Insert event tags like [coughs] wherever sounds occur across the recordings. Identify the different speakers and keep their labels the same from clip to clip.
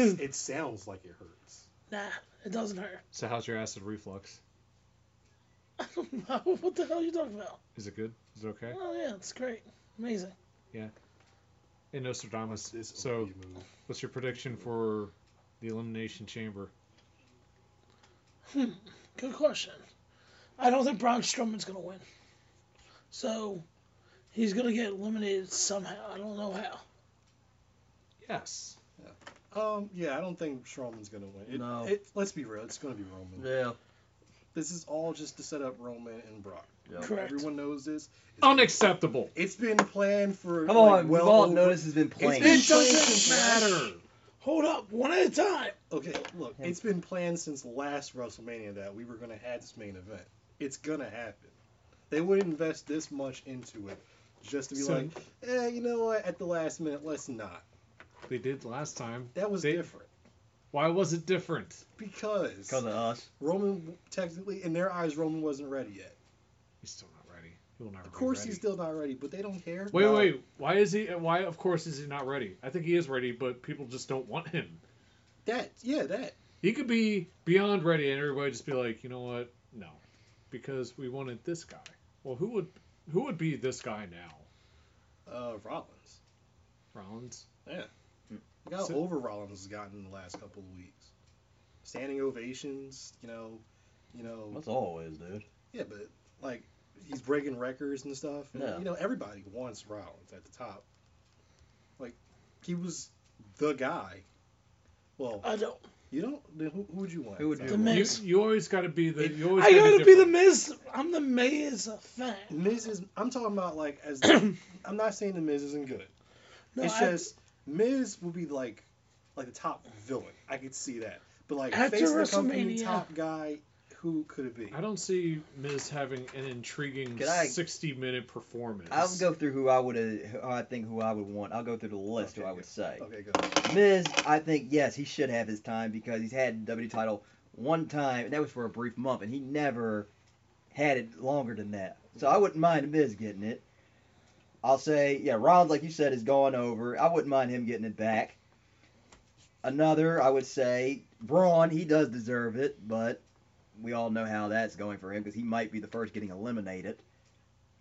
Speaker 1: it sounds like it hurts.
Speaker 2: Nah, it doesn't hurt. [laughs]
Speaker 3: So how's your acid reflux?
Speaker 2: I don't know. What the hell are you talking about?
Speaker 3: Is it good? Is it okay?
Speaker 2: Oh, yeah, it's great. Amazing.
Speaker 3: In Nostradamus.
Speaker 1: This
Speaker 3: So
Speaker 1: OP move.
Speaker 3: what's your prediction for the elimination chamber?
Speaker 2: Hmm. Good question. I don't think Braun Strowman's going to win. So, he's going to get eliminated somehow. I don't know how.
Speaker 3: Yes.
Speaker 1: Um, yeah, I don't think Strowman's gonna win. It,
Speaker 4: No.
Speaker 1: It, let's be real. It's gonna be Roman.
Speaker 4: Yeah.
Speaker 1: This is all just to set up Roman and Brock.
Speaker 4: yeah.
Speaker 2: Correct.
Speaker 1: Everyone knows this. It's
Speaker 3: Unacceptable.
Speaker 1: It's been planned for.
Speaker 4: Come on,
Speaker 1: like,
Speaker 4: we've
Speaker 1: well
Speaker 4: all
Speaker 1: over-
Speaker 4: noticed has been
Speaker 1: It's
Speaker 4: playing.
Speaker 1: been
Speaker 2: Shut
Speaker 1: planned
Speaker 2: up,
Speaker 1: since
Speaker 2: matter. Hold up, one at a time.
Speaker 1: Okay, look,
Speaker 4: Yeah.
Speaker 1: it's been planned since last WrestleMania that we were going to have this main event. It's going to happen. They would invest this much into it just to be
Speaker 3: So-
Speaker 1: like, eh, you know what, at the last minute, let's not.
Speaker 3: They did last time.
Speaker 1: That was
Speaker 3: They-
Speaker 1: different.
Speaker 3: Why was it different?
Speaker 1: Because
Speaker 4: Because of us.
Speaker 1: Roman, technically, in their eyes, Roman wasn't ready yet.
Speaker 3: He's still not ready. He will never
Speaker 1: Of course,
Speaker 3: be ready.
Speaker 1: he's still not ready, but they don't care. Uh,
Speaker 3: Wait,
Speaker 4: No.
Speaker 3: wait. Why is he? Why, of course, is he not ready? I think he is ready, but people just don't want him.
Speaker 1: That, yeah, that.
Speaker 3: He could be beyond ready, and everybody just be like, you know what? No, because we wanted this guy. Well, who would who would be this guy now?
Speaker 1: Uh, Rollins.
Speaker 3: Rollins.
Speaker 1: Look how
Speaker 3: So-
Speaker 1: over Rollins has gotten in the last couple of weeks. Standing ovations, you know, you know.
Speaker 4: That's always, dude.
Speaker 1: Yeah, but like he's breaking records and stuff. And,
Speaker 4: Yeah.
Speaker 1: You know, everybody wants Rollins at the top. Like he was the guy. Well,
Speaker 2: I don't.
Speaker 1: you don't. then Who, who would you want?
Speaker 4: Who would
Speaker 1: at
Speaker 4: you
Speaker 1: top?
Speaker 2: want?
Speaker 3: You,
Speaker 2: Miz.
Speaker 3: you always got to be the. You always
Speaker 2: I
Speaker 3: gotta
Speaker 2: gotta be the
Speaker 3: different.
Speaker 2: Miz. I'm the Miz fan.
Speaker 1: Miz is. I'm talking about like as. I'm not saying the Miz isn't good.
Speaker 2: No,
Speaker 1: it's
Speaker 2: I-
Speaker 1: just Miz will be like, like the top villain. I could see that. But like
Speaker 2: After
Speaker 1: face the company
Speaker 2: WrestleMania.
Speaker 1: top guy, who could it be?
Speaker 3: I don't see Miz having an intriguing
Speaker 4: Can I-
Speaker 3: sixty-minute performance.
Speaker 4: I'll go through who I would, who I think who I would want. I'll go through the list who
Speaker 1: Okay,
Speaker 4: I would say.
Speaker 1: Okay, good.
Speaker 4: Miz, I think yes, he should have his time because he's had W title one time, and that was for a brief month, and he never had it longer than that. So I wouldn't mind Miz getting it. I'll say, yeah, Rollins, like you said, is gone over. I wouldn't mind him getting it back. Another, I would say, Braun, he does deserve it, but we all know how that's going for him because he might be the first getting eliminated.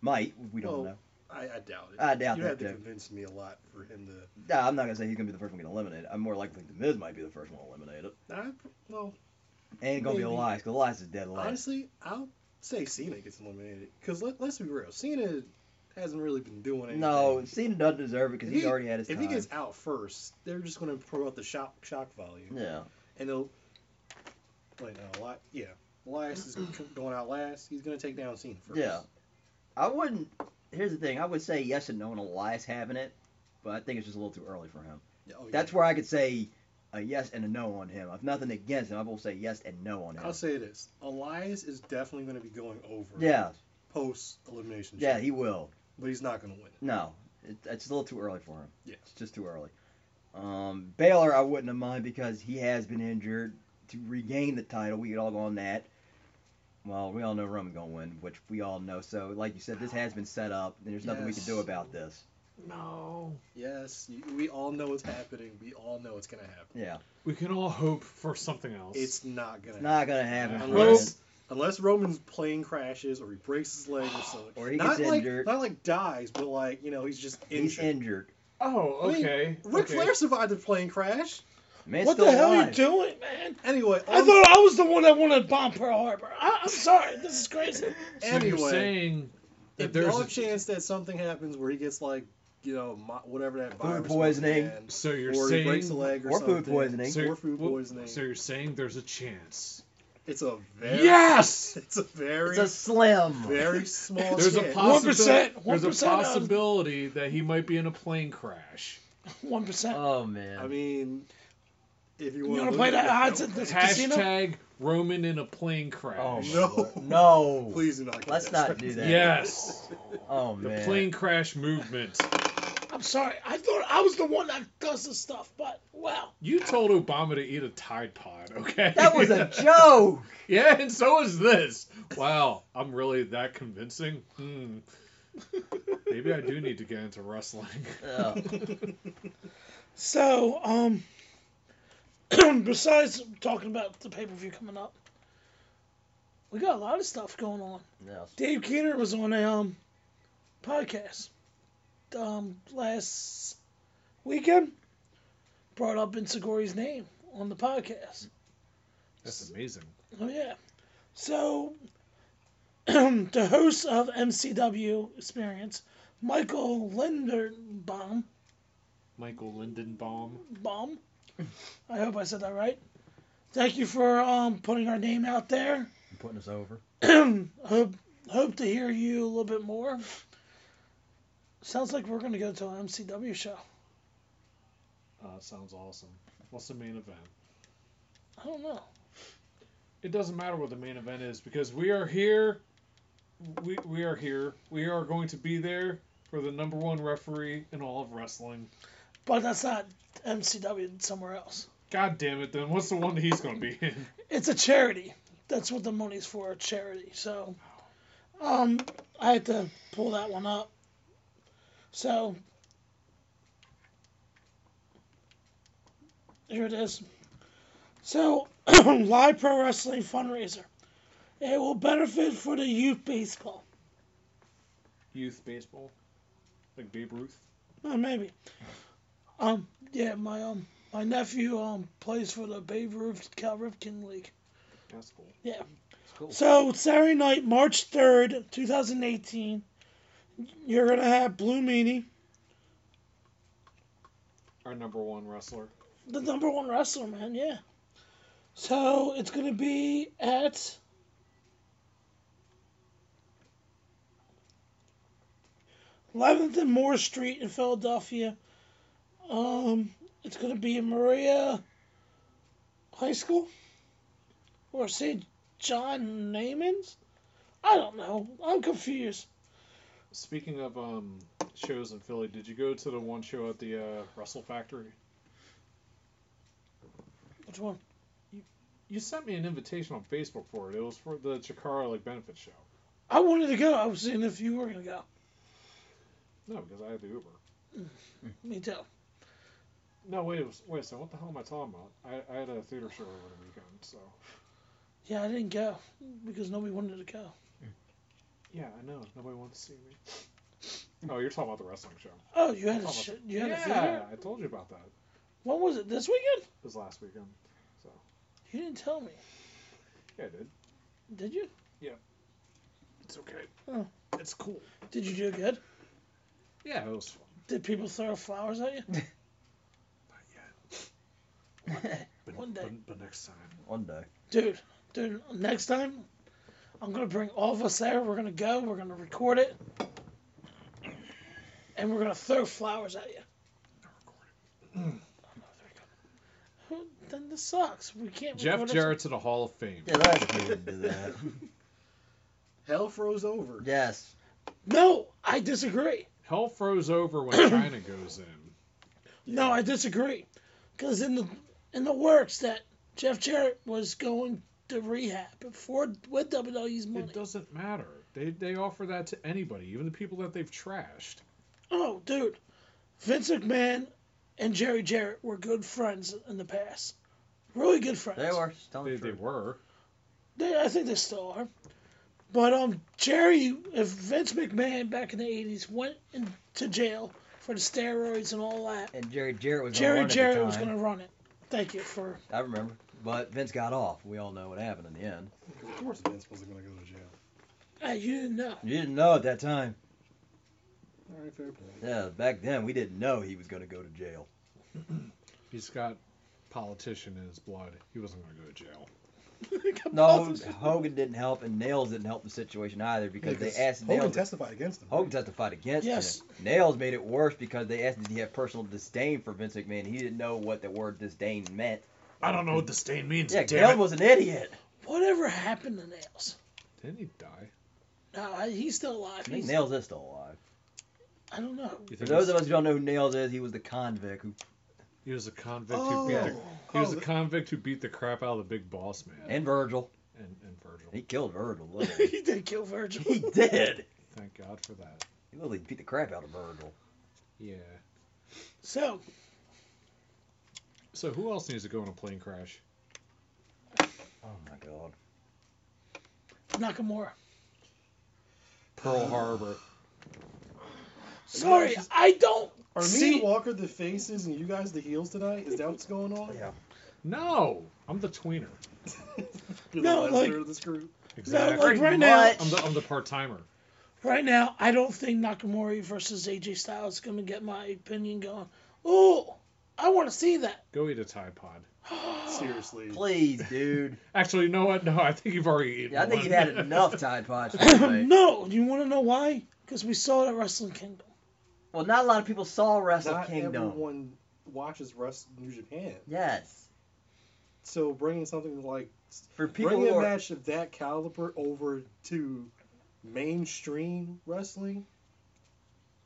Speaker 4: Might, we don't
Speaker 1: Well,
Speaker 4: know.
Speaker 1: I, I doubt it.
Speaker 4: I doubt
Speaker 1: you
Speaker 4: that,
Speaker 1: have to
Speaker 4: too.
Speaker 1: convince me a lot for him to
Speaker 4: Nah, I'm not going to say he's going to be the first one getting eliminated. I'm more likely to think the Miz might be the first one eliminated.
Speaker 1: I, well,
Speaker 4: And gonna be
Speaker 1: Maybe.
Speaker 4: Elias, because Elias is dead last.
Speaker 1: honestly, I'll say Cena gets eliminated. Because let, let's be real, Cena hasn't really been doing anything.
Speaker 4: No, Cena doesn't deserve it
Speaker 1: If
Speaker 4: because he's
Speaker 1: he-
Speaker 4: already had his
Speaker 1: If
Speaker 4: time.
Speaker 1: he gets out first, they're just going to promote the shock shock volume,
Speaker 4: yeah,
Speaker 1: and they'll. Wait, no, Eli- yeah, Elias is
Speaker 4: [clears throat]
Speaker 1: going out last. He's going to take down Cena first.
Speaker 4: yeah. I wouldn't. Here's the thing. I would say yes and no on Elias having it, but I think it's just a little too early for him.
Speaker 1: Yeah, oh, yeah.
Speaker 4: That's where I could say a yes and a no on him. I've nothing against him. I will say yes and no on him.
Speaker 1: I'll say this: Elias is definitely going to be going over.
Speaker 4: yeah,
Speaker 1: Post elimination.
Speaker 4: yeah, he will.
Speaker 1: But he's not going to win.
Speaker 4: No, it, it's a little too early for him.
Speaker 1: Yeah.
Speaker 4: It's just too early. Um, Baylor, I wouldn't have mind because he has been injured. To regain the title, we could all go on that. Well, we all know Roman gonna win, which we all know. So, like you said, this has been set up, and there's nothing we can do
Speaker 1: Yes.
Speaker 4: about this.
Speaker 3: No.
Speaker 1: Yes, you, we all know it's happening. We all know it's going to happen.
Speaker 4: Yeah,
Speaker 3: We can all hope for something else.
Speaker 1: It's not going
Speaker 4: it's
Speaker 1: to.
Speaker 4: not gonna happen.
Speaker 1: Unless-
Speaker 4: Fred.
Speaker 1: Unless Roman's plane crashes or he breaks his leg or something.
Speaker 4: Or he
Speaker 1: not
Speaker 4: gets
Speaker 1: like,
Speaker 4: injured.
Speaker 1: Not like dies, but like, you know, he's just
Speaker 4: he's
Speaker 1: injured.
Speaker 4: injured.
Speaker 3: oh,
Speaker 1: I mean,
Speaker 3: okay.
Speaker 1: Ric
Speaker 3: okay.
Speaker 1: Flair survived a plane crash.
Speaker 4: Man,
Speaker 2: what the hell are you doing, man?
Speaker 1: Anyway, um,
Speaker 2: I
Speaker 1: on-
Speaker 2: thought I was the one that wanted to bomb Pearl Harbor. I, I'm sorry. This
Speaker 1: [laughs]
Speaker 2: is crazy.
Speaker 3: So you're
Speaker 1: anyway,
Speaker 3: saying
Speaker 1: if
Speaker 3: that
Speaker 1: there's
Speaker 3: there's
Speaker 1: a
Speaker 3: a,
Speaker 1: chance that something happens where he gets like, you know, mo- whatever that virus was
Speaker 4: poisoning.
Speaker 1: again,
Speaker 3: so you're
Speaker 1: or he
Speaker 3: saying
Speaker 1: breaks a leg or,
Speaker 4: Or food
Speaker 1: something,
Speaker 4: poisoning.
Speaker 3: so
Speaker 1: or food
Speaker 3: well,
Speaker 1: poisoning.
Speaker 3: So you're saying there's a chance.
Speaker 1: It's a very [laughs]
Speaker 3: Yes.
Speaker 1: It's a very
Speaker 4: It's a slim.
Speaker 1: very small
Speaker 3: There's a
Speaker 1: chance.
Speaker 2: One
Speaker 3: possibility.
Speaker 2: percent. One
Speaker 3: There's a
Speaker 2: percent. of-
Speaker 3: possibility that he might be in a plane crash.
Speaker 2: One percent.
Speaker 1: Uh,
Speaker 4: Oh man.
Speaker 1: I mean, if you
Speaker 2: You
Speaker 1: want
Speaker 2: wanna play that odds at this
Speaker 3: Hashtag
Speaker 2: casino?
Speaker 3: Roman in a plane crash.
Speaker 4: oh my
Speaker 1: No.
Speaker 4: Lord. No.
Speaker 1: Please do not. get
Speaker 4: Let's
Speaker 1: that
Speaker 4: not do that.
Speaker 3: Yes.
Speaker 4: Oh
Speaker 3: The
Speaker 4: man.
Speaker 3: plane crash movement.
Speaker 2: I'm sorry. I thought I was the one that does this stuff, but wow.
Speaker 3: You told Obama to eat a Tide Pod, okay?
Speaker 4: That
Speaker 3: [laughs]
Speaker 4: was a joke.
Speaker 3: yeah, and so is this. Wow, I'm really that convincing? Hmm. Maybe I do need to get into wrestling.
Speaker 4: Ugh.
Speaker 2: So, um, [clears throat] besides talking about the pay per view coming up, we got a lot of stuff going on.
Speaker 4: No.
Speaker 2: Dave Keener was on a um, podcast um, last weekend, brought up Insigori's name on the podcast.
Speaker 3: [laughs] That's amazing.
Speaker 2: Oh yeah. So [clears throat] the host of MCW Experience, Michael Linderbaum,
Speaker 3: Michael Lindenbaum.
Speaker 2: bomb. I hope I said that right. Thank you for um, putting our name out there. [clears throat]
Speaker 4: Putting us over.
Speaker 2: hope hope to hear you a little bit more. Sounds like we're gonna go to an MCW show.
Speaker 3: Uh, sounds awesome. What's the main event?
Speaker 2: I don't know.
Speaker 3: It doesn't matter what the main event is because we are here. We, we are here. We are going to be there for the number one referee in all of wrestling.
Speaker 2: But that's not MCW. It's somewhere else.
Speaker 3: God damn it, then. What's the one that he's going to be in?
Speaker 2: It's a charity. That's what the money's for, a charity. So, um, I had to pull that one up. So, here it is. So, [clears throat] live pro wrestling fundraiser. It will benefit for the youth baseball.
Speaker 3: Youth baseball? Like Babe Ruth?
Speaker 2: Oh, maybe. Um, yeah, my um, my nephew um plays for the Babe Ruth Cal Ripken League.
Speaker 3: That's cool.
Speaker 4: Cool.
Speaker 2: So Saturday night, March third, two thousand eighteen, you're gonna have Blue Meanie,
Speaker 3: Our number one wrestler.
Speaker 2: the number one wrestler, man. Yeah. So it's gonna be at. Eleventh and Moore Street in Philadelphia. Um, it's gonna be in Maria High School or St. John Naaman's. I don't know. I'm confused.
Speaker 3: Speaking of um, shows in Philly, did you go to the one show at the uh, Wrestle Factory?
Speaker 2: Which one?
Speaker 3: You sent me an invitation on Facebook for it. It was for the Chikara like benefit show.
Speaker 2: I wanted to go. I was seeing if you were gonna go.
Speaker 3: No, because I had the Uber.
Speaker 2: Me too.
Speaker 3: No, wait, it was, wait a second. What the hell am I talking about? I, I had a theater show over the weekend, so
Speaker 2: Yeah, I didn't go because nobody wanted to go.
Speaker 3: yeah, I know nobody wants to see me. Oh, you're talking about the wrestling show.
Speaker 2: Oh, you had a
Speaker 3: Almost.
Speaker 2: sh- you had
Speaker 3: yeah,
Speaker 2: a theater.
Speaker 3: I told you about that. It
Speaker 2: When was it? This weekend?
Speaker 3: was last weekend.
Speaker 2: You didn't tell me,
Speaker 3: Yeah, I did.
Speaker 2: did you?
Speaker 3: It's okay.
Speaker 2: Oh.
Speaker 3: It's cool.
Speaker 2: Did you do good?
Speaker 3: Yeah, it was fun.
Speaker 2: Did people throw flowers at you? [laughs]
Speaker 3: Not yet. But,
Speaker 2: One day.
Speaker 3: But, but next time.
Speaker 4: One day.
Speaker 2: Dude, dude, next time I'm gonna bring all of us there. We're gonna go. We're gonna record it, and we're gonna throw flowers at you.
Speaker 3: I recorded.
Speaker 2: Oh, there we go. Who- Then this sucks. We can't.
Speaker 3: Jeff
Speaker 2: record it.
Speaker 3: Jarrett's in the Hall of Fame.
Speaker 4: Yeah, that's good to do that.
Speaker 1: Hell froze over.
Speaker 4: yes.
Speaker 2: No, I disagree.
Speaker 3: Hell froze over when [coughs] China goes in.
Speaker 2: No, I disagree. Because in the in the works that Jeff Jarrett was going to rehab for with WWE's money.
Speaker 3: It doesn't matter. They they offer that to anybody, even the people that they've trashed.
Speaker 2: Oh, dude, Vince McMahon and Jerry Jarrett were good friends in the past. Really good friends.
Speaker 4: They were. Just telling
Speaker 3: They,
Speaker 4: the
Speaker 3: they
Speaker 4: truth.
Speaker 3: were.
Speaker 2: They, I think they still are. But um, Jerry, if Vince McMahon back in the '80s went into jail for the steroids and all that,
Speaker 4: And Jerry Jarrett was
Speaker 2: Jerry
Speaker 4: on
Speaker 2: Jarrett
Speaker 4: at the
Speaker 2: was
Speaker 4: time.
Speaker 2: going to run it. Thank you for
Speaker 4: I remember. But Vince got off. We all know what happened in the end.
Speaker 1: Of course, Vince wasn't gonna go to jail.
Speaker 2: uh, you didn't know. [laughs]
Speaker 4: You didn't know at that time.
Speaker 1: All right, fair play.
Speaker 4: Yeah, back then we didn't know he was going to go to jail.
Speaker 1: [laughs]
Speaker 3: He's got politician in his blood. He wasn't going to go to jail.
Speaker 4: No, Hogan didn't help, and Nails didn't help the situation either because
Speaker 1: Yeah,
Speaker 4: they
Speaker 1: 'cause
Speaker 4: asked
Speaker 1: Hogan
Speaker 4: Nails.
Speaker 1: testified against him.
Speaker 4: Hogan testified against
Speaker 2: Yes.
Speaker 4: him. Nails made it worse because they asked did he have personal disdain for Vince McMahon. He didn't know what the word disdain meant.
Speaker 3: I don't know what disdain means.
Speaker 4: Yeah,
Speaker 3: damn
Speaker 4: Nails
Speaker 3: it.
Speaker 4: was an idiot.
Speaker 2: Whatever happened to Nails?
Speaker 3: Didn't he die?
Speaker 2: No, I, he's still alive.
Speaker 4: I think
Speaker 2: He's-
Speaker 4: Nails is still alive.
Speaker 2: I don't know.
Speaker 3: You
Speaker 4: For
Speaker 3: think
Speaker 4: those
Speaker 3: he's-
Speaker 4: of us who don't know who Nails is, he was the convict who,
Speaker 3: he was a convict
Speaker 1: Oh.
Speaker 3: who beat the, he was
Speaker 1: Oh,
Speaker 3: a convict who beat the crap out of the big boss man
Speaker 4: and Virgil.
Speaker 3: and, and Virgil.
Speaker 4: He killed Virgil.
Speaker 2: [laughs]
Speaker 4: literally.
Speaker 2: he did kill Virgil.
Speaker 4: he [laughs] did.
Speaker 3: Thank God for that.
Speaker 4: He literally beat the crap out of Virgil.
Speaker 3: Yeah.
Speaker 2: So,
Speaker 3: So who else needs to go in a plane crash?
Speaker 4: Oh my god.
Speaker 2: Nakamura.
Speaker 3: Pearl Harbor.
Speaker 4: [gasps]
Speaker 2: Sorry, I don't.
Speaker 1: Are me
Speaker 2: See-
Speaker 1: and Walker the faces and you guys the heels tonight? Is that what's going
Speaker 2: Oh,
Speaker 1: on?
Speaker 4: Yeah.
Speaker 3: No, I'm the tweener.
Speaker 1: You're
Speaker 2: No,
Speaker 1: the
Speaker 2: like-
Speaker 1: lesser of this group.
Speaker 2: No, like right
Speaker 4: Pretty
Speaker 2: now,
Speaker 4: much.
Speaker 3: I'm the, I'm the part timer.
Speaker 2: right now, I don't think Nakamura versus AJ Styles is gonna get my opinion going. Oh, I want to see that. [gasps]
Speaker 3: Go eat a Tide Pod.
Speaker 2: [clears throat]
Speaker 1: Seriously.
Speaker 4: Please, dude.
Speaker 3: Actually, you know what? No, I think you've already eaten
Speaker 4: Yeah, I think
Speaker 3: one. [laughs]
Speaker 4: you've had enough Tide
Speaker 2: [laughs]
Speaker 4: Pods. for today.
Speaker 2: no, you want to know why? Because we saw it at Wrestling Kingdom.
Speaker 4: Well, not a lot of people saw Wrestle
Speaker 1: Not
Speaker 4: Kingdom.
Speaker 1: everyone watches Wrestle New Japan.
Speaker 4: Yes.
Speaker 1: So bringing something like
Speaker 4: For people
Speaker 1: bringing
Speaker 4: who
Speaker 1: a
Speaker 4: are,
Speaker 1: match of that caliber over to mainstream wrestling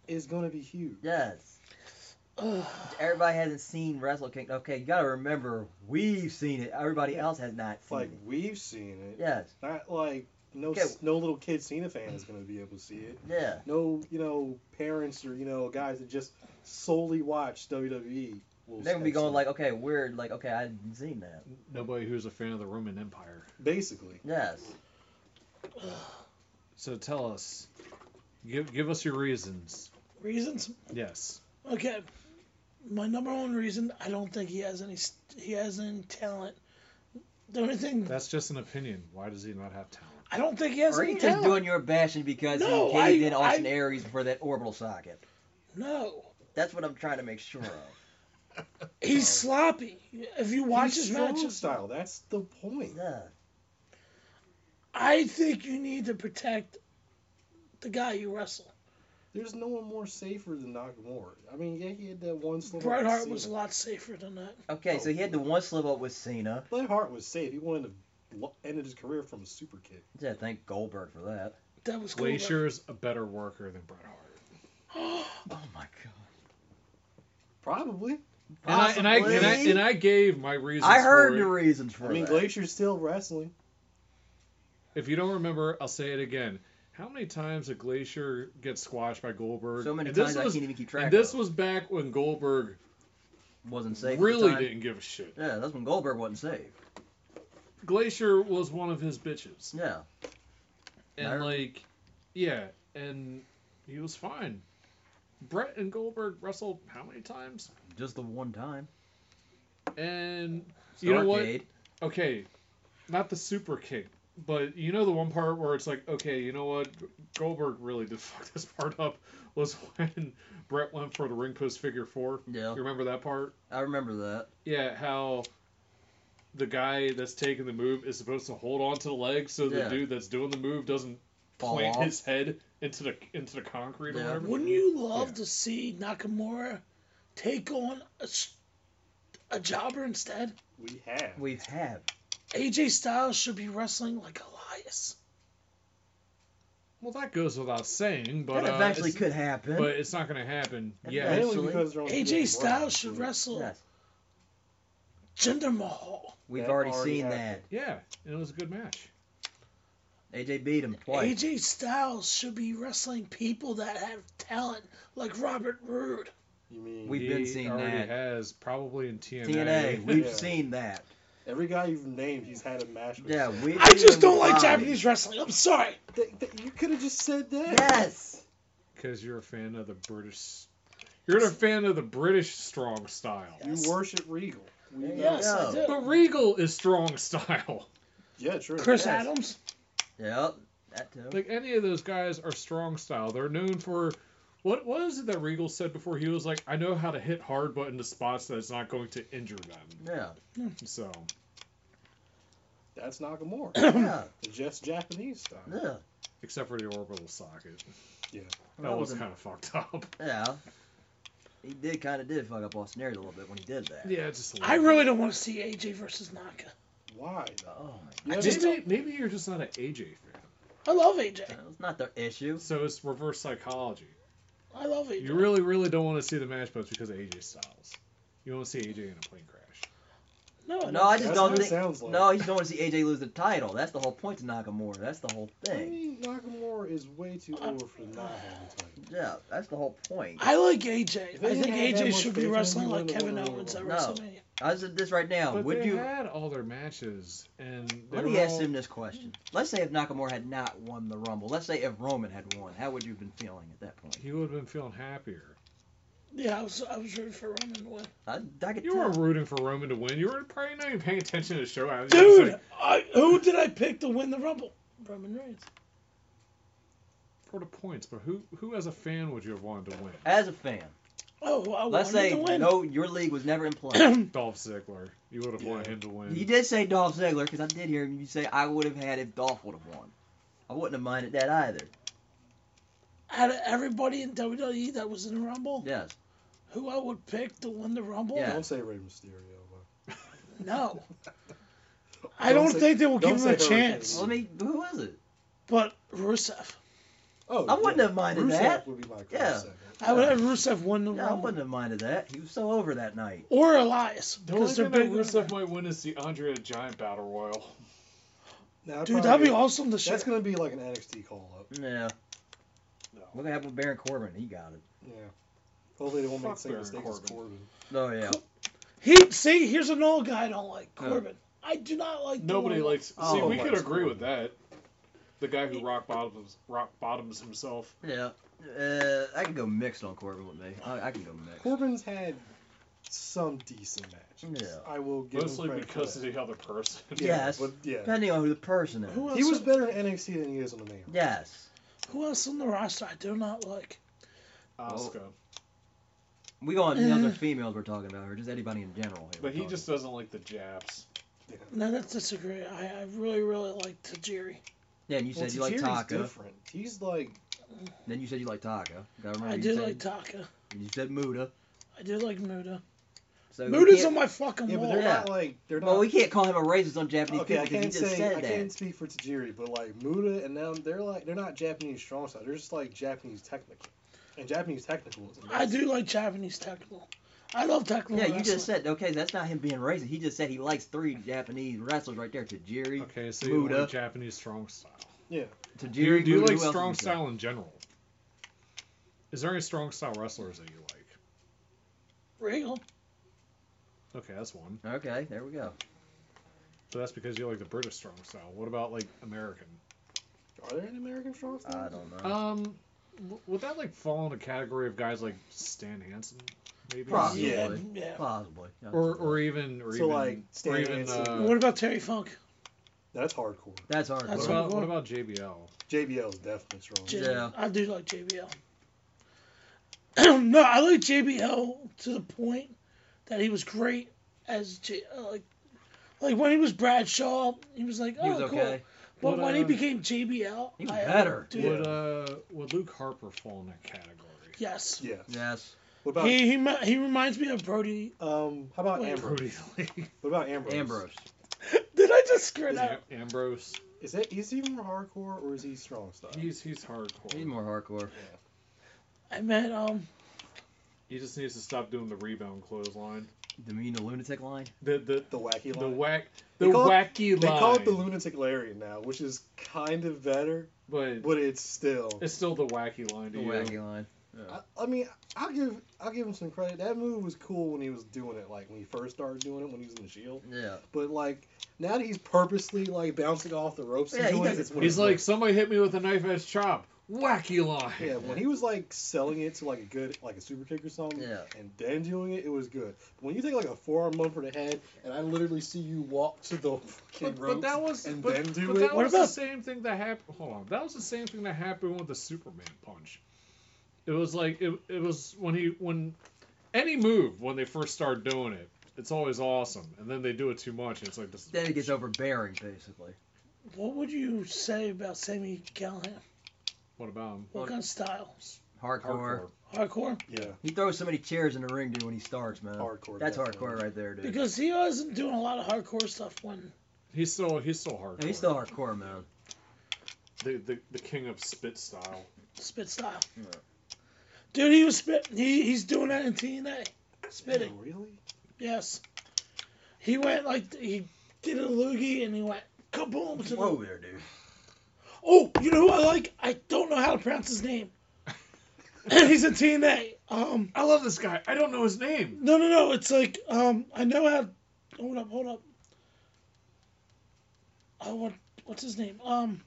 Speaker 1: is going to be huge.
Speaker 4: yes.
Speaker 2: Ugh.
Speaker 4: Everybody hasn't seen Wrestle Kingdom. Okay, you gotta remember we've seen it. Everybody else has not seen
Speaker 1: Like
Speaker 4: it.
Speaker 1: we've seen it.
Speaker 4: Yes.
Speaker 1: Not like no
Speaker 4: Okay.
Speaker 1: no little kid Cena fan is going to be able to see it.
Speaker 4: Yeah.
Speaker 1: No, you know, parents or you know, guys that just solely watch WWE will
Speaker 4: They're gonna be
Speaker 1: have seen
Speaker 4: going
Speaker 1: it.
Speaker 4: like, okay, weird. Like, okay, I haven't seen that.
Speaker 3: Nobody who's a fan of the Roman Empire.
Speaker 1: basically.
Speaker 4: Yes.
Speaker 3: So tell us. Give, give us your reasons.
Speaker 2: Reasons?
Speaker 3: Yes.
Speaker 2: Okay. My number one reason I don't think he has any st- he has any talent. The only thing
Speaker 3: That's just an opinion. Why does he not have talent?
Speaker 2: I don't think he has
Speaker 4: Or are
Speaker 2: any
Speaker 4: you just
Speaker 2: talent.
Speaker 4: doing your bashing because
Speaker 2: No,
Speaker 4: he gave
Speaker 2: I-
Speaker 4: in Austin
Speaker 2: I-
Speaker 4: Aries for that orbital socket?
Speaker 2: No,
Speaker 4: That's what I'm trying to make sure of.
Speaker 2: he's
Speaker 4: Oh.
Speaker 2: sloppy. If you
Speaker 1: He's
Speaker 2: watch his
Speaker 1: strong
Speaker 2: matches,
Speaker 1: style. That's the point.
Speaker 4: Yeah.
Speaker 2: I think you need to protect the guy you wrestle.
Speaker 1: There's no one more safer than Nakamura. I mean, yeah, he had that one slip.
Speaker 2: Bret
Speaker 1: with
Speaker 2: Hart
Speaker 1: Cena.
Speaker 2: was a lot safer than that.
Speaker 4: Okay, so he had the one slip up with Cena.
Speaker 1: Bret Hart was safe. He wanted to lo- ended his career from a super kick.
Speaker 4: Yeah, thank Goldberg for that.
Speaker 2: That was cool. right?
Speaker 3: Glacier's a better worker than Bret Hart.
Speaker 4: Oh my god.
Speaker 1: Probably.
Speaker 3: And I, and, I, and, I,
Speaker 4: Possibly.
Speaker 3: and I gave my reasons
Speaker 4: I heard
Speaker 3: for it.
Speaker 4: the reasons for
Speaker 1: I mean,
Speaker 4: that.
Speaker 1: Glacier's still wrestling.
Speaker 3: If you don't remember, I'll say it again. How many times a glacier gets squashed by Goldberg?
Speaker 4: So many
Speaker 3: And
Speaker 4: times I can't even keep track
Speaker 3: And this
Speaker 4: of.
Speaker 3: was back when Goldberg
Speaker 4: wasn't safe. at the
Speaker 3: really
Speaker 4: time.
Speaker 3: didn't give a shit.
Speaker 4: Yeah, that's when Goldberg wasn't safe.
Speaker 3: Glacier was one of his bitches,
Speaker 4: Yeah. I
Speaker 3: and
Speaker 4: remember.
Speaker 3: like, yeah, and he was fine. Brett and Goldberg wrestled how many times?
Speaker 4: Just the one time.
Speaker 3: And you know what?
Speaker 4: Starcade.
Speaker 3: okay, not the super kick, but you know the one part where it's like, okay, you know what? Goldberg really did [laughs] fuck this part up was [laughs] when Brett went for the ring post figure four.
Speaker 4: Yeah.
Speaker 3: You remember that part?
Speaker 4: I remember that.
Speaker 3: Yeah, how the guy that's taking the move is supposed to hold on to the leg so the
Speaker 4: Yeah.
Speaker 3: dude that's doing the move doesn't
Speaker 4: Fall
Speaker 3: plant
Speaker 4: off.
Speaker 3: his head into the into the concrete
Speaker 4: Yeah.
Speaker 3: or
Speaker 2: [gasps]
Speaker 3: whatever.
Speaker 2: Wouldn't you love
Speaker 3: Yeah.
Speaker 2: to see Nakamura take on a, s- a jobber instead?
Speaker 1: We have.
Speaker 4: We have.
Speaker 2: AJ Styles should be wrestling like Elias.
Speaker 3: Well, that goes without saying, but
Speaker 4: that
Speaker 3: uh,
Speaker 4: eventually
Speaker 3: it's-
Speaker 4: could happen.
Speaker 3: But it's not gonna happen.
Speaker 4: That
Speaker 3: Yeah,
Speaker 4: eventually-
Speaker 1: Mainly because they're on
Speaker 2: AJ
Speaker 1: different
Speaker 2: Styles
Speaker 1: brands,
Speaker 2: should
Speaker 1: too.
Speaker 2: wrestle
Speaker 4: yes.
Speaker 2: Jinder Mahal.
Speaker 4: We've
Speaker 1: That
Speaker 4: already,
Speaker 1: already
Speaker 4: seen
Speaker 1: happened.
Speaker 3: yeah, and it was a good match.
Speaker 4: that. AJ beat him twice.
Speaker 2: AJ Styles should be wrestling people that have talent, like Robert Roode.
Speaker 1: You mean
Speaker 4: We- We've
Speaker 3: he
Speaker 4: been seeing
Speaker 3: already
Speaker 4: that.
Speaker 3: Has probably in TNA.
Speaker 4: TNA. We've
Speaker 1: Yeah.
Speaker 4: seen that.
Speaker 1: every guy you've named, he's had a match with.
Speaker 4: Yeah, we.
Speaker 2: I just don't like Japanese wrestling. I'm sorry.
Speaker 1: Th- th- you could have just said that.
Speaker 4: Yes.
Speaker 3: [laughs] Because you're a fan of the British. You're a fan of the British strong style.
Speaker 1: You worship Regal. We
Speaker 4: There
Speaker 1: know.
Speaker 4: you
Speaker 2: Yes,
Speaker 4: go.
Speaker 2: I do.
Speaker 3: But Regal is strong [laughs] style.
Speaker 1: Yeah, true.
Speaker 2: Chris
Speaker 4: Yes.
Speaker 2: Adams.
Speaker 4: Yep. That too.
Speaker 3: Like any of those guys are strong style. They're known for. What what is it that Regal said before? He was like, I know how to hit hard, but into spots that's not going to injure them.
Speaker 4: Yeah.
Speaker 3: So
Speaker 1: That's Nakamura. [clears throat]
Speaker 4: [clears throat] Yeah.
Speaker 1: just Japanese style.
Speaker 4: Yeah.
Speaker 3: except for the orbital socket,
Speaker 1: Yeah.
Speaker 3: that was
Speaker 4: wasn't-
Speaker 3: kind of fucked up.
Speaker 4: Yeah. He did kind of did fuck up Austin Aries a little bit when he did
Speaker 3: [laughs]
Speaker 4: that.
Speaker 3: Yeah, just. a
Speaker 2: I
Speaker 3: little
Speaker 2: really don't want to see AJ versus Naka.
Speaker 1: Why? though?
Speaker 4: Oh, my
Speaker 1: You know,
Speaker 3: bit.
Speaker 2: just
Speaker 3: maybe, maybe you're just not an AJ fan.
Speaker 2: I love AJ.
Speaker 4: God. That's not their issue.
Speaker 3: So it's reverse psychology.
Speaker 2: I love AJ.
Speaker 3: You really, really don't want to see the match, but it's because of AJ Styles. You want to see AJ in a plane crash.
Speaker 2: no, I
Speaker 4: No, I just
Speaker 1: That's
Speaker 4: don't
Speaker 1: what it
Speaker 4: think.
Speaker 1: sounds like.
Speaker 4: No, he's don't want to see AJ lose the title. That's the whole point to Nakamura. That's the whole
Speaker 1: I
Speaker 4: thing.
Speaker 1: mean, Nakamura is way too
Speaker 4: Oh.
Speaker 1: over for not having time.
Speaker 4: Yeah, that's the whole point.
Speaker 2: I like AJ.
Speaker 1: If they
Speaker 2: I
Speaker 1: didn't
Speaker 2: think
Speaker 1: have that
Speaker 2: AJ
Speaker 1: much
Speaker 2: should be
Speaker 1: faith in him,
Speaker 2: wrestling
Speaker 1: he
Speaker 2: like
Speaker 1: wouldn't have
Speaker 2: Kevin
Speaker 1: won the
Speaker 2: Owens at
Speaker 4: World Cup.
Speaker 2: WrestleMania.
Speaker 4: I said this right now.
Speaker 3: But
Speaker 4: Would
Speaker 3: they
Speaker 4: you?
Speaker 3: had all their matches, and they
Speaker 4: Let
Speaker 3: were
Speaker 4: me ask
Speaker 3: all-
Speaker 4: him this question. Let's say if Nakamura had not won the Rumble. Let's say if Roman had won. How would you have been feeling at that point?
Speaker 3: He would have been feeling happier.
Speaker 2: Yeah, I was I was rooting for Roman to win.
Speaker 4: I, I could
Speaker 3: You
Speaker 4: tell.
Speaker 2: uh,
Speaker 3: weren't rooting for Roman to win. You were probably not even paying attention to the show. I was just
Speaker 2: Dude,
Speaker 3: like,
Speaker 2: I, who did I pick to win the Rumble? Roman Reigns.
Speaker 3: for the points, but who who as a fan would you have wanted to win?
Speaker 4: As a fan,
Speaker 2: Oh, I
Speaker 4: let's
Speaker 2: wanted
Speaker 4: say
Speaker 2: to win.
Speaker 4: no, your league was never in play.
Speaker 2: Mm.
Speaker 3: Dolph Ziggler. You would have wanted him to win.
Speaker 4: you did say Dolph Ziggler because I did hear you say I would have had if Dolph would have won. I wouldn't have minded that either.
Speaker 2: Out of everybody in WWE that was in the Rumble,
Speaker 4: Yes.
Speaker 2: who I would pick to win the Rumble?
Speaker 4: Yeah.
Speaker 1: Don't say Rey Mysterio. But
Speaker 2: No. I don't
Speaker 1: say-
Speaker 2: think they will
Speaker 1: don't
Speaker 2: give him a
Speaker 1: say Hurricane.
Speaker 2: chance.
Speaker 4: Let me. Who is it?
Speaker 2: But Rusev.
Speaker 1: oh,
Speaker 4: I wouldn't have minded
Speaker 1: Rusev
Speaker 4: that.
Speaker 1: Would be my close
Speaker 4: Yeah.
Speaker 1: second.
Speaker 2: I would have Rusev win the
Speaker 4: Yeah, I
Speaker 2: Rumble.
Speaker 4: wouldn't have minded that. He was so over that night.
Speaker 2: Or Elias.
Speaker 3: The only
Speaker 2: Because they're
Speaker 3: thing that
Speaker 2: big.
Speaker 3: Rusev might win is the Andre the Giant Battle Royal.
Speaker 1: Now, I'd
Speaker 2: Dude,
Speaker 1: probably
Speaker 2: that'd be
Speaker 1: get-
Speaker 2: awesome to show.
Speaker 1: That's gonna be like an NXT call up.
Speaker 4: Yeah.
Speaker 1: No.
Speaker 4: What happened with Baron Corbin? He got it.
Speaker 1: Yeah. Hopefully they won't make the
Speaker 3: Fuck
Speaker 1: same
Speaker 3: Baron
Speaker 1: mistake as
Speaker 3: Corbin.
Speaker 1: Corbin.
Speaker 4: Oh yeah.
Speaker 2: He see, here's an old guy I don't like.
Speaker 4: Yeah.
Speaker 2: Corbin. I do not like the
Speaker 3: Nobody
Speaker 2: old-
Speaker 3: likes. see,
Speaker 4: Oh,
Speaker 3: we could
Speaker 1: that's
Speaker 3: agree
Speaker 1: cool.
Speaker 3: with that. The guy who rock bottoms rock bottoms himself.
Speaker 4: Yeah. Uh, I can go mixed on Corbin with me. I, I can go mixed.
Speaker 1: Corbin's had some decent matches.
Speaker 4: Yeah.
Speaker 1: I will give
Speaker 3: Mostly
Speaker 1: him credit for
Speaker 3: because of
Speaker 1: that.
Speaker 3: the other person. [laughs]
Speaker 4: Yes.
Speaker 1: But yeah,
Speaker 4: Depending on who the person is.
Speaker 2: Who else,
Speaker 1: he was better in NXT than he is on the main. roster.
Speaker 4: Yes.
Speaker 2: who else on the roster I do not like?
Speaker 3: Asuka.
Speaker 1: Oh,
Speaker 4: We go on the
Speaker 2: Uh.
Speaker 4: other females we're talking about, or just anybody in general. here
Speaker 3: But
Speaker 4: we're
Speaker 3: he
Speaker 4: talking.
Speaker 3: just doesn't like the Japs.
Speaker 2: No, that's disagree. I, I really, really like Tajiri.
Speaker 4: Yeah, and you said
Speaker 1: Well,
Speaker 4: you like
Speaker 1: Tajiri's
Speaker 4: Taka.
Speaker 1: different. He's like
Speaker 4: Then you said you like Taka. Gotta remember
Speaker 2: I
Speaker 4: you
Speaker 2: do
Speaker 4: said,
Speaker 2: like Taka.
Speaker 4: You said Muda.
Speaker 2: I do like Muda.
Speaker 4: So we
Speaker 2: Muda's
Speaker 4: can't-
Speaker 2: on my fucking
Speaker 1: yeah, but
Speaker 2: wall.
Speaker 1: they're
Speaker 4: Yeah.
Speaker 1: not like they're not.
Speaker 4: Well, we can't call him a racist on Japanese
Speaker 1: okay, I
Speaker 4: people because he
Speaker 1: can't
Speaker 4: just
Speaker 1: say I
Speaker 4: said
Speaker 1: can't
Speaker 4: that.
Speaker 1: speak for Tajiri, but like Muda and them, they're like they're not Japanese strong style. They're just like Japanese technical, and Japanese technical is.
Speaker 2: I
Speaker 1: amazing.
Speaker 2: do like Japanese technical. I love technical.
Speaker 4: Yeah, you
Speaker 2: wrestling.
Speaker 4: just said okay. That's not him being racist. He just said he likes three Japanese wrestlers right there: Tajiri,
Speaker 3: Okay, so you
Speaker 4: Muda.
Speaker 3: like Japanese strong style. Do you,
Speaker 4: Tajiri.
Speaker 3: do you
Speaker 4: Muda,
Speaker 3: like
Speaker 4: who else
Speaker 3: strong
Speaker 4: is there?
Speaker 3: style in general? Is there any strong style wrestlers that you like?
Speaker 2: Regal.
Speaker 3: Okay, that's one.
Speaker 4: Okay, there we go.
Speaker 3: So that's because you like the British strong style. What about like American?
Speaker 1: Are there any American strong
Speaker 4: I
Speaker 1: style?
Speaker 4: don't know.
Speaker 3: Um, w- would that like fall in a category of guys like Stan Hansen, maybe?
Speaker 4: Probably.
Speaker 2: Yeah,
Speaker 4: Really?
Speaker 2: yeah.
Speaker 4: Possibly.
Speaker 3: Or or even or
Speaker 1: So,
Speaker 3: even
Speaker 1: like, Stan
Speaker 3: or even
Speaker 1: Hansen.
Speaker 3: uh,
Speaker 2: what about Terry Funk?
Speaker 1: That's hardcore.
Speaker 4: that's hard.
Speaker 3: what
Speaker 2: That's
Speaker 3: about
Speaker 2: what-
Speaker 3: what about JBL?
Speaker 1: JBL is definitely strong.
Speaker 2: J-
Speaker 4: Yeah.
Speaker 2: I do like JBL. [clears throat] no, I like JBL to the point that he was great as J, uh, like like when he was Bradshaw, he was like oh
Speaker 4: he was
Speaker 2: cool.
Speaker 4: okay.
Speaker 2: But
Speaker 3: What,
Speaker 2: when he
Speaker 3: uh,
Speaker 2: became JBL,
Speaker 4: He was
Speaker 2: I-
Speaker 4: better.
Speaker 2: dude,
Speaker 1: Yeah.
Speaker 3: Would uh would Luke Harper fall in that category?
Speaker 2: Yes.
Speaker 1: yeah.
Speaker 4: Yes.
Speaker 1: What about
Speaker 2: he he mi- he reminds me of Brody. [laughs]
Speaker 1: um? How about
Speaker 2: Wait.
Speaker 1: Ambrose?
Speaker 3: Brody Lee,
Speaker 1: What about Ambrose?
Speaker 4: Ambrose.
Speaker 2: Did I just screw it
Speaker 1: Is
Speaker 2: up?
Speaker 3: Am- Ambrose.
Speaker 1: Is that is he more hardcore or is he strong style?
Speaker 3: He's he's hardcore.
Speaker 4: He's more hardcore.
Speaker 2: I meant um
Speaker 3: He just needs to stop doing the rebound clothesline.
Speaker 4: The mean the lunatic line.
Speaker 3: The the
Speaker 1: the wacky
Speaker 3: the
Speaker 1: line.
Speaker 3: whack
Speaker 1: They
Speaker 3: the
Speaker 1: call it-
Speaker 3: wacky
Speaker 1: they
Speaker 3: line.
Speaker 1: call it the lunatic lariat now, which is kind of better,
Speaker 3: but
Speaker 1: but it's still.
Speaker 3: it's still the wacky line. To
Speaker 4: The
Speaker 3: you.
Speaker 4: wacky line.
Speaker 1: I, I mean, I'll give I'll give him some credit. That move was cool when he was doing it, like when he first started doing it when he was in the Shield.
Speaker 4: Yeah.
Speaker 1: But like now that he's purposely like bouncing off the ropes, and
Speaker 4: Yeah, he
Speaker 1: doing it,
Speaker 4: does it
Speaker 1: it's when
Speaker 3: He's
Speaker 1: he-
Speaker 3: like somebody hit me with a knife edge chop. Wacky line.
Speaker 1: Yeah, when he was like selling it to like a good like a super kick or something,
Speaker 4: Yeah.
Speaker 1: and then doing it, it was good. But when you take like a forearm bump for the head, and I literally see you walk to the fucking
Speaker 3: But, but
Speaker 1: ropes
Speaker 3: that was
Speaker 1: and
Speaker 3: but,
Speaker 1: then do
Speaker 3: but
Speaker 1: it.
Speaker 3: that
Speaker 2: What
Speaker 3: was the
Speaker 2: about-
Speaker 3: same thing that happened. Hold on, that was the same thing that happened with the Superman punch. It was like it, it was when he when any move when they first start doing it, it's always awesome, and then they do it too much, and it's like this. Is
Speaker 4: Then it gets overbearing, basically.
Speaker 2: what would you say about Sammy Callahan?
Speaker 3: what about him?
Speaker 2: What kind of style?
Speaker 4: Hardcore.
Speaker 3: Hardcore.
Speaker 2: Hardcore?
Speaker 1: yeah,
Speaker 4: He throws so many chairs in the ring, dude, when he starts, man.
Speaker 1: hardcore.
Speaker 4: That's
Speaker 1: definitely.
Speaker 4: hardcore right there, dude.
Speaker 2: Because he wasn't doing a lot of hardcore stuff when
Speaker 3: He's still he's still hardcore.
Speaker 4: Yeah, he's still hardcore, man.
Speaker 3: the, the the king of spit style.
Speaker 2: spit style.
Speaker 4: Yeah.
Speaker 2: Dude, he was spit. He, he's doing that in TNA.
Speaker 1: Yeah,
Speaker 2: Spitting.
Speaker 1: really?
Speaker 2: Yes. He went like he did a loogie and he went kaboom to
Speaker 4: Whoa
Speaker 2: the.
Speaker 4: there, dude.
Speaker 2: Oh, you know who I like? I don't know how to pronounce his name. [laughs] he's in TNA. Um,
Speaker 3: I love this guy. I don't know his name.
Speaker 2: no, no, no. It's like um, I know how. Hold up, hold up. Oh, what? What's his name? Um,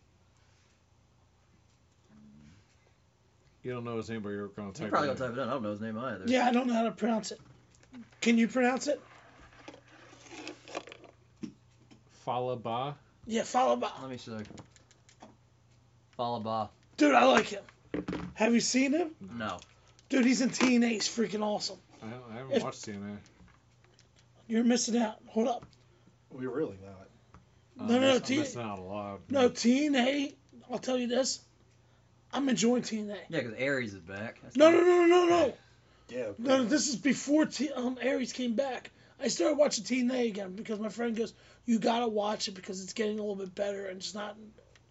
Speaker 3: You don't know his name, but you're gonna
Speaker 4: I'm
Speaker 3: type.
Speaker 4: probably
Speaker 3: it
Speaker 4: gonna
Speaker 3: in.
Speaker 4: type it in. I don't know his name either.
Speaker 2: yeah, I don't know how to pronounce it. Can you pronounce it?
Speaker 3: Falaba.
Speaker 2: Yeah, Falaba.
Speaker 4: Let me see. Falaba.
Speaker 2: Dude, I like him. Have you seen him?
Speaker 4: No.
Speaker 2: Dude, he's in TNA. He's freaking awesome.
Speaker 3: I, don't- I
Speaker 2: If-
Speaker 3: haven't watched TNA.
Speaker 2: You're missing out. Hold up.
Speaker 1: We're really not.
Speaker 3: Uh,
Speaker 2: No, no,
Speaker 3: that's-
Speaker 2: T-
Speaker 3: that's not allowed.
Speaker 2: No, TNA, I'll tell you this. I'm enjoying TNA.
Speaker 4: Yeah, because Aries is back. That's
Speaker 2: No,
Speaker 4: not-
Speaker 2: no, no, no, no, no.
Speaker 1: Yeah.
Speaker 2: No, no, this is before T- um, Aries came back. I started watching TNA again because my friend goes, You gotta watch it because it's getting a little bit better and it's not.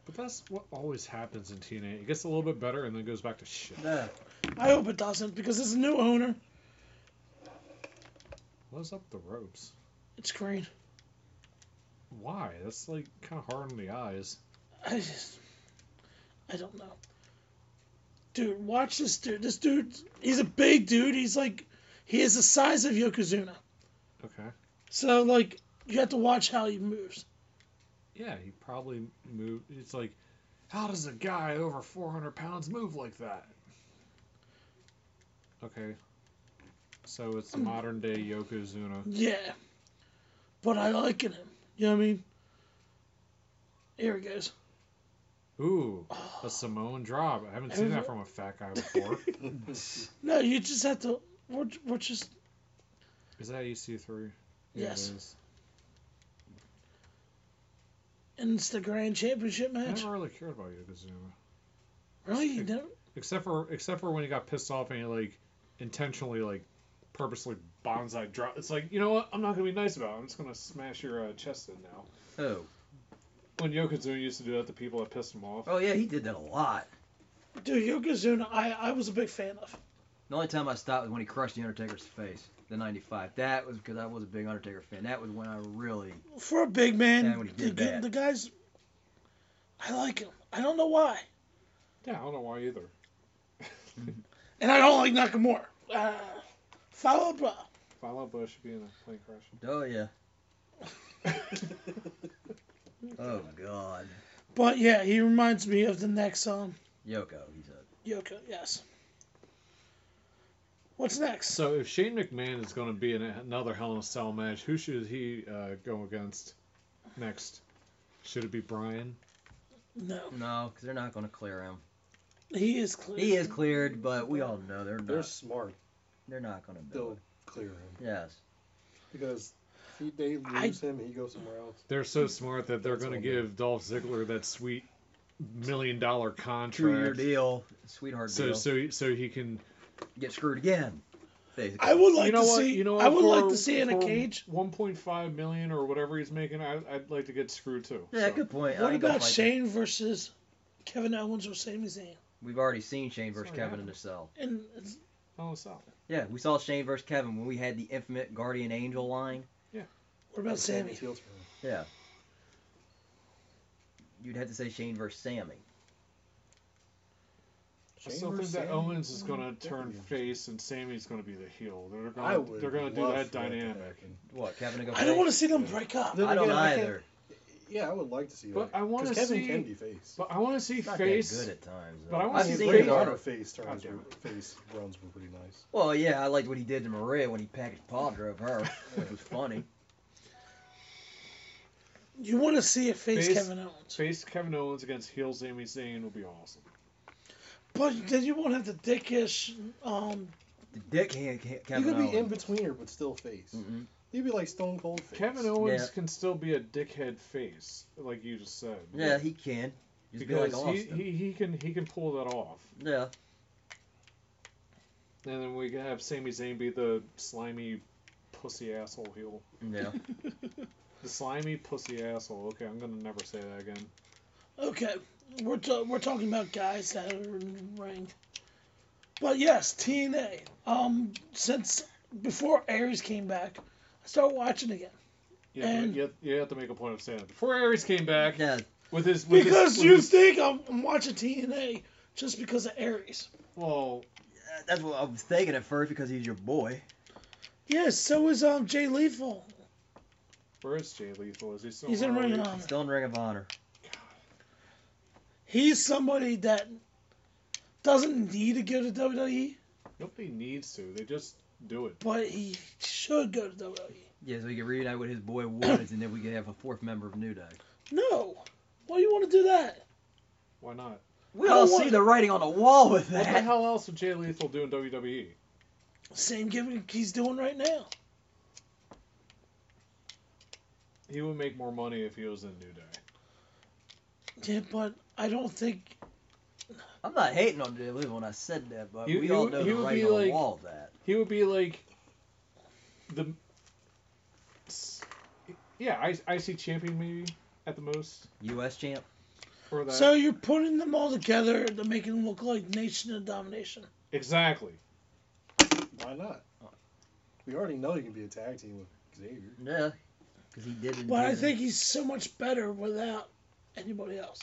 Speaker 3: But that's what always happens in TNA. It gets a little bit better and then goes back to shit.
Speaker 4: No.
Speaker 2: I hope it doesn't because it's a new owner.
Speaker 3: What's up the ropes?
Speaker 2: It's green.
Speaker 3: Why? That's like kind of hard on the eyes.
Speaker 2: I just. I don't know. Dude, watch this dude. This dude, he's a big dude. He's like. He is the size of Yokozuna.
Speaker 3: Okay.
Speaker 2: So, like, you have to watch how he moves.
Speaker 3: Yeah, he probably moved. It's like, how does a guy over 400 pounds move like that? Okay. So it's the
Speaker 2: Mm.
Speaker 3: modern day Yokozuna.
Speaker 2: Yeah. But I liking him. You know what I mean? Here he goes. Oh.
Speaker 3: Ooh, a Samoan drop. I haven't seen that from a fat
Speaker 2: [laughs]
Speaker 3: guy before.
Speaker 2: No, you just have to. We're, we're just.
Speaker 3: Is that EC3? Yeah, it
Speaker 2: Yes.
Speaker 3: is.
Speaker 2: And it's the grand championship
Speaker 3: I
Speaker 2: match.
Speaker 3: never really cared about Yokozuna.
Speaker 2: Really? You don't?
Speaker 3: Except for except for when he got pissed off and he like intentionally like purposely bonsai drop. It's like you know what? I'm not gonna be nice about. it. I'm just gonna smash your uh, chest in now.
Speaker 4: Oh.
Speaker 3: When Yokozuna used to do that to people that pissed him off.
Speaker 4: Oh yeah, he did that a lot.
Speaker 2: Dude, Yokozuna, I, I was a big fan of.
Speaker 4: The only time I stopped was when he crushed the Undertaker's face, the '95. That was because I was a big Undertaker fan. That was when I really.
Speaker 2: For a big
Speaker 4: Yeah,
Speaker 2: man,
Speaker 4: when he
Speaker 2: the,
Speaker 4: did
Speaker 2: gu-
Speaker 4: that.
Speaker 2: the guy's. I like him. I don't know why.
Speaker 3: Yeah, I don't know why either.
Speaker 2: And I don't like Nakamura. Uh, Falaba.
Speaker 3: Follow Bush should be in a plane crash.
Speaker 2: [laughs]
Speaker 4: Oh yeah. Oh God.
Speaker 2: But yeah, he reminds me of the next um,
Speaker 4: Yoko, he's a.
Speaker 2: Yoko, yes. What's next?
Speaker 3: So if Shane McMahon is going to be in another Hell in a Cell match, who should he uh, go against next? Should it be Brian?
Speaker 2: No.
Speaker 4: No, because they're not going to clear him.
Speaker 2: He is clear.
Speaker 4: He is cleared, but we all know they're
Speaker 1: [laughs]
Speaker 4: not.
Speaker 1: They're smart.
Speaker 4: They're not going to do
Speaker 1: They'll
Speaker 4: it.
Speaker 1: clear him
Speaker 4: Yes.
Speaker 1: because if he, they
Speaker 2: I-
Speaker 1: lose him, he goes somewhere else.
Speaker 3: They're so smart that they're
Speaker 1: That's
Speaker 3: going to
Speaker 1: all
Speaker 3: give Dolph Ziggler that sweet million dollar
Speaker 4: Two-year
Speaker 3: contract.
Speaker 4: deal, sweetheart
Speaker 3: So
Speaker 4: deal.
Speaker 3: so so he can.
Speaker 4: Get screwed again. Basically.
Speaker 2: I would like
Speaker 3: you know
Speaker 2: to
Speaker 3: what?
Speaker 2: see.
Speaker 3: you know
Speaker 2: I
Speaker 3: what?
Speaker 2: would like
Speaker 3: For-
Speaker 2: to see in a
Speaker 3: for
Speaker 2: cage.
Speaker 3: 1.5 million or whatever he's making. I, I'd like to get screwed too.
Speaker 4: Yeah,
Speaker 3: So,
Speaker 4: good point. I
Speaker 2: What
Speaker 4: ain't gonna
Speaker 2: about
Speaker 4: fight
Speaker 2: Shane versus Kevin Owens or Sami Zayn?
Speaker 4: that. We've already seen Shane versus
Speaker 3: Sorry,
Speaker 4: Kevin
Speaker 3: yeah.
Speaker 4: in the cell.
Speaker 2: And it's-
Speaker 3: Hell in a Cell.
Speaker 4: Yeah, we saw Shane versus Kevin when we had the infinite Guardian Angel line.
Speaker 2: what about Sammy?
Speaker 1: Appeals for him.
Speaker 4: Yeah. You'd have to say Shane versus Sammy.
Speaker 3: I
Speaker 1: Shane
Speaker 3: still think
Speaker 1: versus
Speaker 3: that
Speaker 1: Sammy?
Speaker 3: Owens is going to
Speaker 1: That'd
Speaker 3: turn
Speaker 1: be interesting.
Speaker 3: face and Sammy's going to be the heel. They're
Speaker 1: I
Speaker 3: going to
Speaker 1: would.
Speaker 3: they're going to do
Speaker 1: love
Speaker 3: that
Speaker 1: for to
Speaker 3: dynamic.
Speaker 1: happen.
Speaker 4: What, Kevin to go
Speaker 2: I don't want to see them break up.
Speaker 1: No,
Speaker 4: I don't
Speaker 1: Again, I can't-
Speaker 4: either.
Speaker 1: Yeah, I would like to see
Speaker 3: But
Speaker 1: that.
Speaker 3: I wanna
Speaker 1: 'Cause Kevin
Speaker 3: see-
Speaker 1: can be face.
Speaker 3: But I want to see
Speaker 4: He's not that
Speaker 3: face.
Speaker 4: good at times.
Speaker 3: But I
Speaker 4: though.
Speaker 3: wanna
Speaker 4: I've
Speaker 3: see
Speaker 4: seen
Speaker 3: Ray
Speaker 1: Ray
Speaker 4: his
Speaker 1: Liotta
Speaker 4: other-
Speaker 1: face turns
Speaker 3: Goddamn
Speaker 1: were, face runs were pretty nice.
Speaker 4: Well, yeah, I liked what he did to Maria when he packaged Paul drove her, which was funny.
Speaker 2: You want to see it face,
Speaker 3: Face-
Speaker 2: Kevin Owens,
Speaker 3: Face Kevin Owens against heel Sami Zayn would be awesome.
Speaker 2: but then you won't have the dickish. Um,
Speaker 4: The dick hand ca-
Speaker 1: You
Speaker 4: Kevin
Speaker 1: could be in
Speaker 4: Owens.
Speaker 1: betweener, but still face.
Speaker 4: Mhm.
Speaker 1: You'd be like Stone Cold face.
Speaker 3: Kevin Owens
Speaker 4: Yeah.
Speaker 3: can still be a dickhead face, like you just said.
Speaker 4: Yeah, he can. Just be
Speaker 3: because
Speaker 4: like Austin.
Speaker 3: he, he, he can he can pull that off.
Speaker 4: Yeah,
Speaker 3: And then we can have Sami Zayn be the slimy pussy asshole heel.
Speaker 4: yeah.
Speaker 3: The slimy pussy asshole. Okay, I'm gonna never say that again.
Speaker 2: [laughs] okay, we're ta- we're talking about guys that are in the ring. But yes, TNA. Um, since before Aries came back, I started watching again
Speaker 3: You have,
Speaker 2: And-
Speaker 3: to, you, have, you have to make a point of saying that. Before Aries came back
Speaker 4: yeah.
Speaker 3: with his with his-
Speaker 2: because
Speaker 3: with
Speaker 2: you
Speaker 3: his-
Speaker 2: think I'm, I'm watching TNA just because of Aries.
Speaker 3: well
Speaker 4: that's what I was thinking at first because he's your boy.
Speaker 2: Yes, so is um Jay Lethal.
Speaker 3: Where is Jay Lethal? Is he still
Speaker 2: He's in
Speaker 3: on
Speaker 2: Ring of
Speaker 3: ROH?
Speaker 2: Honor.
Speaker 4: Still in Ring of Honor.
Speaker 2: He's somebody that doesn't need to go to WWE,
Speaker 3: Nobody needs to. They just do it.
Speaker 2: but he should go to E. WWE.
Speaker 4: Yeah, so we could reunite with his boy Woods, and then we could have a fourth member of New Day.
Speaker 2: No, why do you want to do that?
Speaker 3: Why not?
Speaker 4: We
Speaker 2: I
Speaker 4: all
Speaker 2: don't want-
Speaker 4: see the writing on the wall with
Speaker 3: What the
Speaker 4: that.
Speaker 3: hell else would Jay Lethal do in E? WWE?
Speaker 2: Same gimmick he's doing right now.
Speaker 3: He would make more money if he was in New Day.
Speaker 2: Yeah, but I don't think
Speaker 4: I'm not hating on Jay Lethal when I said that, but
Speaker 3: You-
Speaker 4: we
Speaker 3: you-
Speaker 4: all know
Speaker 3: you
Speaker 4: the
Speaker 3: would be
Speaker 4: writing on the
Speaker 3: like-
Speaker 4: wall of that.
Speaker 3: He would be like the s- yeah, I IC champion maybe at the most
Speaker 4: U.S. champ.
Speaker 3: or that.
Speaker 2: so. You're putting them all together to make them look like Nation of Domination.
Speaker 3: exactly.
Speaker 1: Why not? We already know you can be a tag team with Xavier.
Speaker 4: Yeah, because he did. in
Speaker 2: But I
Speaker 4: June.
Speaker 2: think he's so much better without anybody else.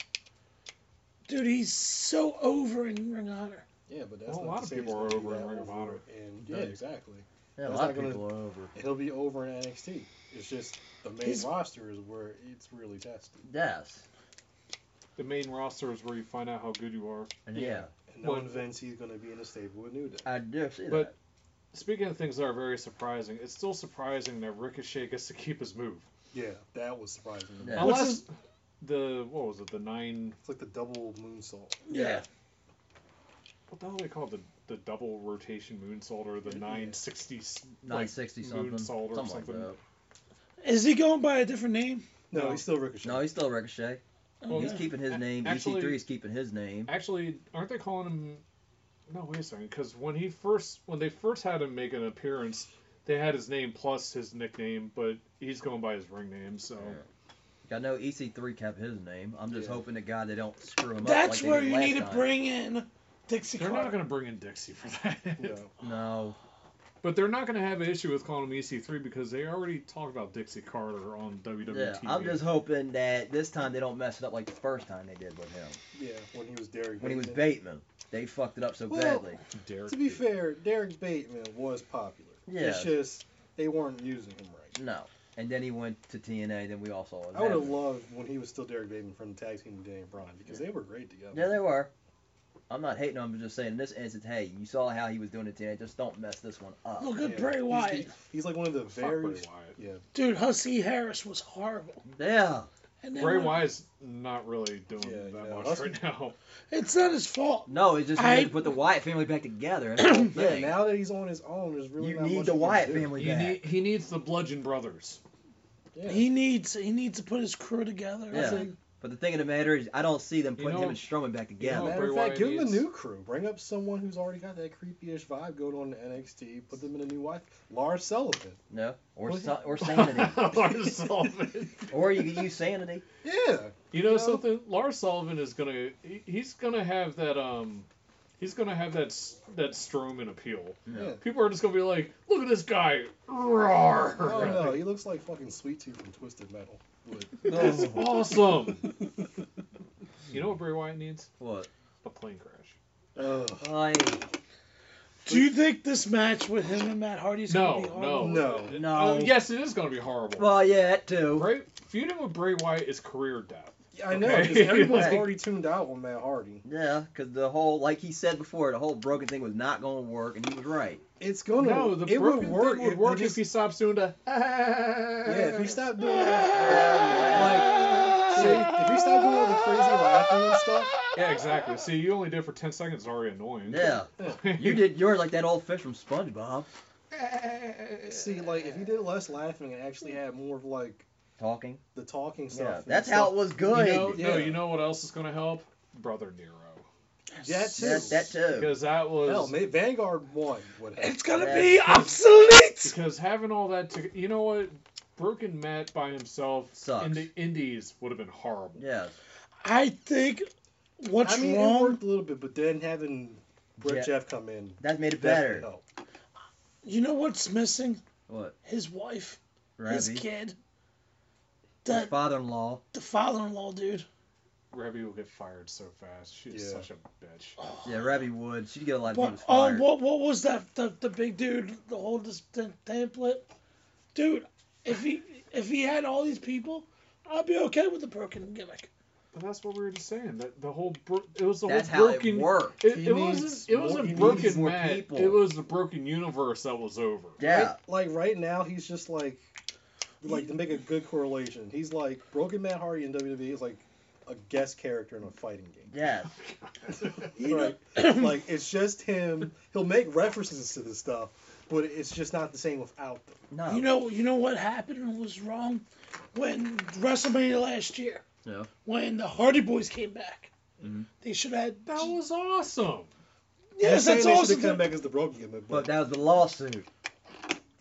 Speaker 2: Dude, he's so over in Ring of Honor.
Speaker 1: Yeah, but that's
Speaker 3: Well, a
Speaker 1: not
Speaker 3: lot
Speaker 1: to
Speaker 3: of
Speaker 1: say he's
Speaker 3: people are
Speaker 1: gonna be
Speaker 3: over in
Speaker 1: that
Speaker 3: Ring of Honor.
Speaker 1: And
Speaker 4: Yeah.
Speaker 1: yeah, exactly.
Speaker 4: yeah, a
Speaker 1: that's
Speaker 4: lot
Speaker 1: not
Speaker 4: of
Speaker 1: gonna-
Speaker 4: people are over.
Speaker 1: He'll be over in NXT. It's just the main
Speaker 2: He's-
Speaker 1: roster is where it's really tested.
Speaker 4: Yes.
Speaker 3: The main roster is where you find out how good you are.
Speaker 4: And yeah.
Speaker 1: And no
Speaker 3: Well-
Speaker 1: one thinks he's going to be in a stable with New Day.
Speaker 4: I do see
Speaker 3: But-
Speaker 4: that.
Speaker 3: Speaking of things that are very surprising, it's still surprising that Ricochet gets to keep his move.
Speaker 1: Yeah, that was surprising. to me.
Speaker 4: Yeah.
Speaker 3: Unless
Speaker 2: What's
Speaker 3: the what was it? The nine?
Speaker 1: It's like the double moonsault.
Speaker 4: Yeah.
Speaker 3: What the hell they call it? The the double rotation moonsault or the
Speaker 1: Yeah.
Speaker 3: nine sixty?
Speaker 4: 960 something.
Speaker 3: moonsault
Speaker 4: Something
Speaker 3: or
Speaker 4: like
Speaker 3: something.
Speaker 4: that.
Speaker 2: Is he going by a different name?
Speaker 1: No,
Speaker 3: No.
Speaker 1: he's still Ricochet.
Speaker 4: No, he's still Ricochet.
Speaker 3: Well,
Speaker 4: He's
Speaker 2: Okay.
Speaker 4: keeping his
Speaker 3: a-
Speaker 4: name.
Speaker 3: actually-
Speaker 4: EC3 is keeping his name.
Speaker 3: Actually, aren't they calling him? No, wait a second. Because when he first, when they first had him make an appearance, they had his name plus his nickname, but he's going by his ring name. So
Speaker 4: I know EC3 kept his name. I'm just
Speaker 1: Yeah.
Speaker 4: hoping to God they don't screw him up.
Speaker 2: That's
Speaker 4: like they
Speaker 2: where
Speaker 4: did
Speaker 2: you
Speaker 4: last
Speaker 2: need to
Speaker 4: time.
Speaker 2: bring in Dixie
Speaker 3: they're not
Speaker 2: Carter.
Speaker 3: going to bring in Dixie for [laughs]
Speaker 1: [laughs]
Speaker 3: that.
Speaker 1: No.
Speaker 4: No.
Speaker 3: But they're not going to have an issue with calling him EC3 because they already talked about Dixie Carter on WWE.
Speaker 4: Yeah, I'm just hoping that this time they don't mess it up like the first time they did with him
Speaker 1: Yeah, when he was Derek.
Speaker 4: when he was
Speaker 1: Bateman.
Speaker 4: Bateman. They fucked it up so
Speaker 1: Well-
Speaker 4: badly.
Speaker 3: Derek
Speaker 1: To be
Speaker 3: Bateman.
Speaker 1: fair, Derek Bateman was popular.
Speaker 4: Yeah.
Speaker 1: It's just they weren't using him right.
Speaker 4: No. And then he went to TNA. Then we all saw it.
Speaker 1: I would have
Speaker 4: happen.
Speaker 1: loved when he was still Derek Bateman from the tag team with Daniel Bryan because they were great together.
Speaker 4: Yeah, they were. I'm not hating on him. I'm just saying in this instance, hey, you saw how he was doing in TNA. Just don't mess this one up.
Speaker 2: Look
Speaker 1: Yeah.
Speaker 2: at Bray
Speaker 1: He's-
Speaker 2: Wyatt.
Speaker 1: He's, he's like one of the
Speaker 3: Fuck Bray
Speaker 1: very.
Speaker 3: Wyatt.
Speaker 1: Yeah.
Speaker 2: Dude, Husky Harris was horrible.
Speaker 4: Yeah.
Speaker 2: And then
Speaker 3: Bray
Speaker 2: when-
Speaker 3: Wyatt's not really doing
Speaker 1: Yeah,
Speaker 3: that
Speaker 1: no.
Speaker 3: much [laughs] right now.
Speaker 2: It's not his fault.
Speaker 4: No, it's just
Speaker 2: I-
Speaker 4: you need to put the Wyatt family back together. That's
Speaker 2: [coughs]
Speaker 4: the whole
Speaker 1: Yeah.
Speaker 4: thing.
Speaker 1: Now that he's on his own, there's really
Speaker 4: you
Speaker 1: not much
Speaker 4: need the
Speaker 1: he can
Speaker 4: Wyatt
Speaker 1: do.
Speaker 4: family
Speaker 3: He,
Speaker 4: back.
Speaker 3: need, he needs the Bludgeon Brothers.
Speaker 1: Yeah.
Speaker 2: He needs he needs to put his crew together.
Speaker 4: Yeah.
Speaker 2: And
Speaker 4: But the thing of the matter is, I don't see them
Speaker 3: You
Speaker 4: putting
Speaker 3: know-
Speaker 4: him and Strowman back
Speaker 1: Yeah,
Speaker 4: together.
Speaker 3: know,
Speaker 1: matter
Speaker 3: Bray
Speaker 1: of fact,
Speaker 3: Wyatt
Speaker 1: give him a
Speaker 3: needs-
Speaker 1: new crew. Bring up someone who's already got that creepy-ish vibe going on in NXT. Put them in a new wife. Lars Sullivan.
Speaker 4: no, or
Speaker 1: What?
Speaker 4: sa or
Speaker 3: [laughs]
Speaker 4: sanity,
Speaker 3: Lars Sullivan.
Speaker 4: or you could use sanity.
Speaker 1: Yeah.
Speaker 3: You know
Speaker 1: No.
Speaker 3: something? Lars Sullivan is gonna he, he's gonna have that um he's gonna have that s- that Strowman appeal.
Speaker 1: Yeah.
Speaker 3: People are just gonna be like, look at this guy, roar!
Speaker 1: Oh no, he looks like fucking Sweet Tooth from Twisted Metal.
Speaker 3: [laughs] That's
Speaker 4: Oh,
Speaker 3: awesome.
Speaker 1: [laughs]
Speaker 3: you know what Bray Wyatt needs?
Speaker 4: what?
Speaker 3: A plane crash.
Speaker 1: Ugh.
Speaker 4: I,
Speaker 2: do you think this match with him and Matt Hardy is
Speaker 3: No,
Speaker 2: going to be horrible?
Speaker 3: no,
Speaker 1: No,
Speaker 4: no.
Speaker 3: Uh, yes, it is gonna be horrible.
Speaker 4: well, yeah, that too.
Speaker 3: Bray, feuding with Bray Wyatt is career death.
Speaker 1: Yeah, I know.
Speaker 3: Okay.
Speaker 1: 'cause everyone's
Speaker 4: Right.
Speaker 1: already tuned out on Matt Hardy.
Speaker 4: Yeah, because the whole, like he said before, the whole broken thing was not going to work, and he was right.
Speaker 1: It's gonna.
Speaker 3: no, the
Speaker 1: it
Speaker 3: broken
Speaker 1: would work.
Speaker 3: thing would
Speaker 1: it-
Speaker 3: work
Speaker 1: they
Speaker 3: if he
Speaker 1: just-
Speaker 3: stops doing the.
Speaker 1: [laughs] Yeah,
Speaker 3: Yeah, [laughs]
Speaker 1: if he stopped doing that, like, see, if he stopped doing all the crazy laughing and stuff,
Speaker 3: Yeah, exactly. See, you only did it for ten seconds. It's already annoying. [laughs]
Speaker 4: Yeah, you did yours like that old fish from SpongeBob
Speaker 1: see, like, if he did less laughing and actually had more of like
Speaker 4: talking.
Speaker 1: the talking stuff.
Speaker 4: Yeah,
Speaker 1: and
Speaker 4: that's
Speaker 1: stuff,
Speaker 4: how it was
Speaker 3: You
Speaker 4: good.
Speaker 3: know, No,
Speaker 1: Yeah.
Speaker 3: you know what else is gonna help? Brother Nero,
Speaker 1: That too.
Speaker 4: that, that too.
Speaker 3: because uh, that was
Speaker 1: Hell, man, Vanguard one would have.
Speaker 2: It's going to
Speaker 4: Yeah.
Speaker 2: be obsolete.
Speaker 3: because having all that to you know what broken Matt by himself
Speaker 4: Sucks.
Speaker 3: in the Indies would have been horrible.
Speaker 4: Yes.
Speaker 2: I think what's
Speaker 1: I mean, it
Speaker 2: wrong,
Speaker 1: worked a little bit, but then having Brett
Speaker 4: Yeah.
Speaker 1: Jeff come in
Speaker 4: That made it
Speaker 1: definitely
Speaker 4: better.
Speaker 1: helped.
Speaker 2: you know what's missing?
Speaker 4: What?
Speaker 2: His wife,
Speaker 4: Ravi?
Speaker 2: his
Speaker 4: His
Speaker 2: kid, the,
Speaker 4: father-in-law.
Speaker 2: the father-in-law dude.
Speaker 3: Rebby will get fired so fast. She's
Speaker 1: Yeah.
Speaker 3: such a bitch.
Speaker 4: Yeah, Rebby would. She'd get a lot of
Speaker 2: But
Speaker 4: people's
Speaker 2: um,
Speaker 4: fired.
Speaker 2: what what was that? The, the big dude, the whole this t- template, dude. If he if he had all these people, I'd be okay with the broken gimmick.
Speaker 3: But that's what we were just saying. That the whole bro- it was the
Speaker 4: That's
Speaker 3: whole
Speaker 4: how
Speaker 3: broken.
Speaker 4: it worked.
Speaker 3: It,
Speaker 1: He
Speaker 3: it
Speaker 1: needs
Speaker 3: wasn't. It
Speaker 1: more-
Speaker 3: wasn't
Speaker 1: he
Speaker 4: needs
Speaker 3: broken
Speaker 4: more
Speaker 3: Matt.
Speaker 4: people.
Speaker 3: It was the broken universe that was over.
Speaker 4: Yeah.
Speaker 1: Like, like, right now, he's just like, like to make a good correlation, he's like broken Matt Hardy in WWE is like a guest character in a fighting game.
Speaker 4: Yeah.
Speaker 2: You know-
Speaker 1: Right.
Speaker 4: [clears throat]
Speaker 1: like it's just him. He'll make references to this stuff, but it's just not the same without them.
Speaker 4: No.
Speaker 2: You know, you know what happened and was wrong when WrestleMania last year.
Speaker 4: Yeah.
Speaker 2: When the Hardy Boys came back,
Speaker 4: Mhm.
Speaker 2: they should have.
Speaker 3: That was awesome.
Speaker 2: yes,
Speaker 1: I'm
Speaker 2: that's
Speaker 1: saying They
Speaker 2: awesome.
Speaker 1: should come back as the broken gimmick,
Speaker 4: But
Speaker 1: but
Speaker 4: that was the lawsuit.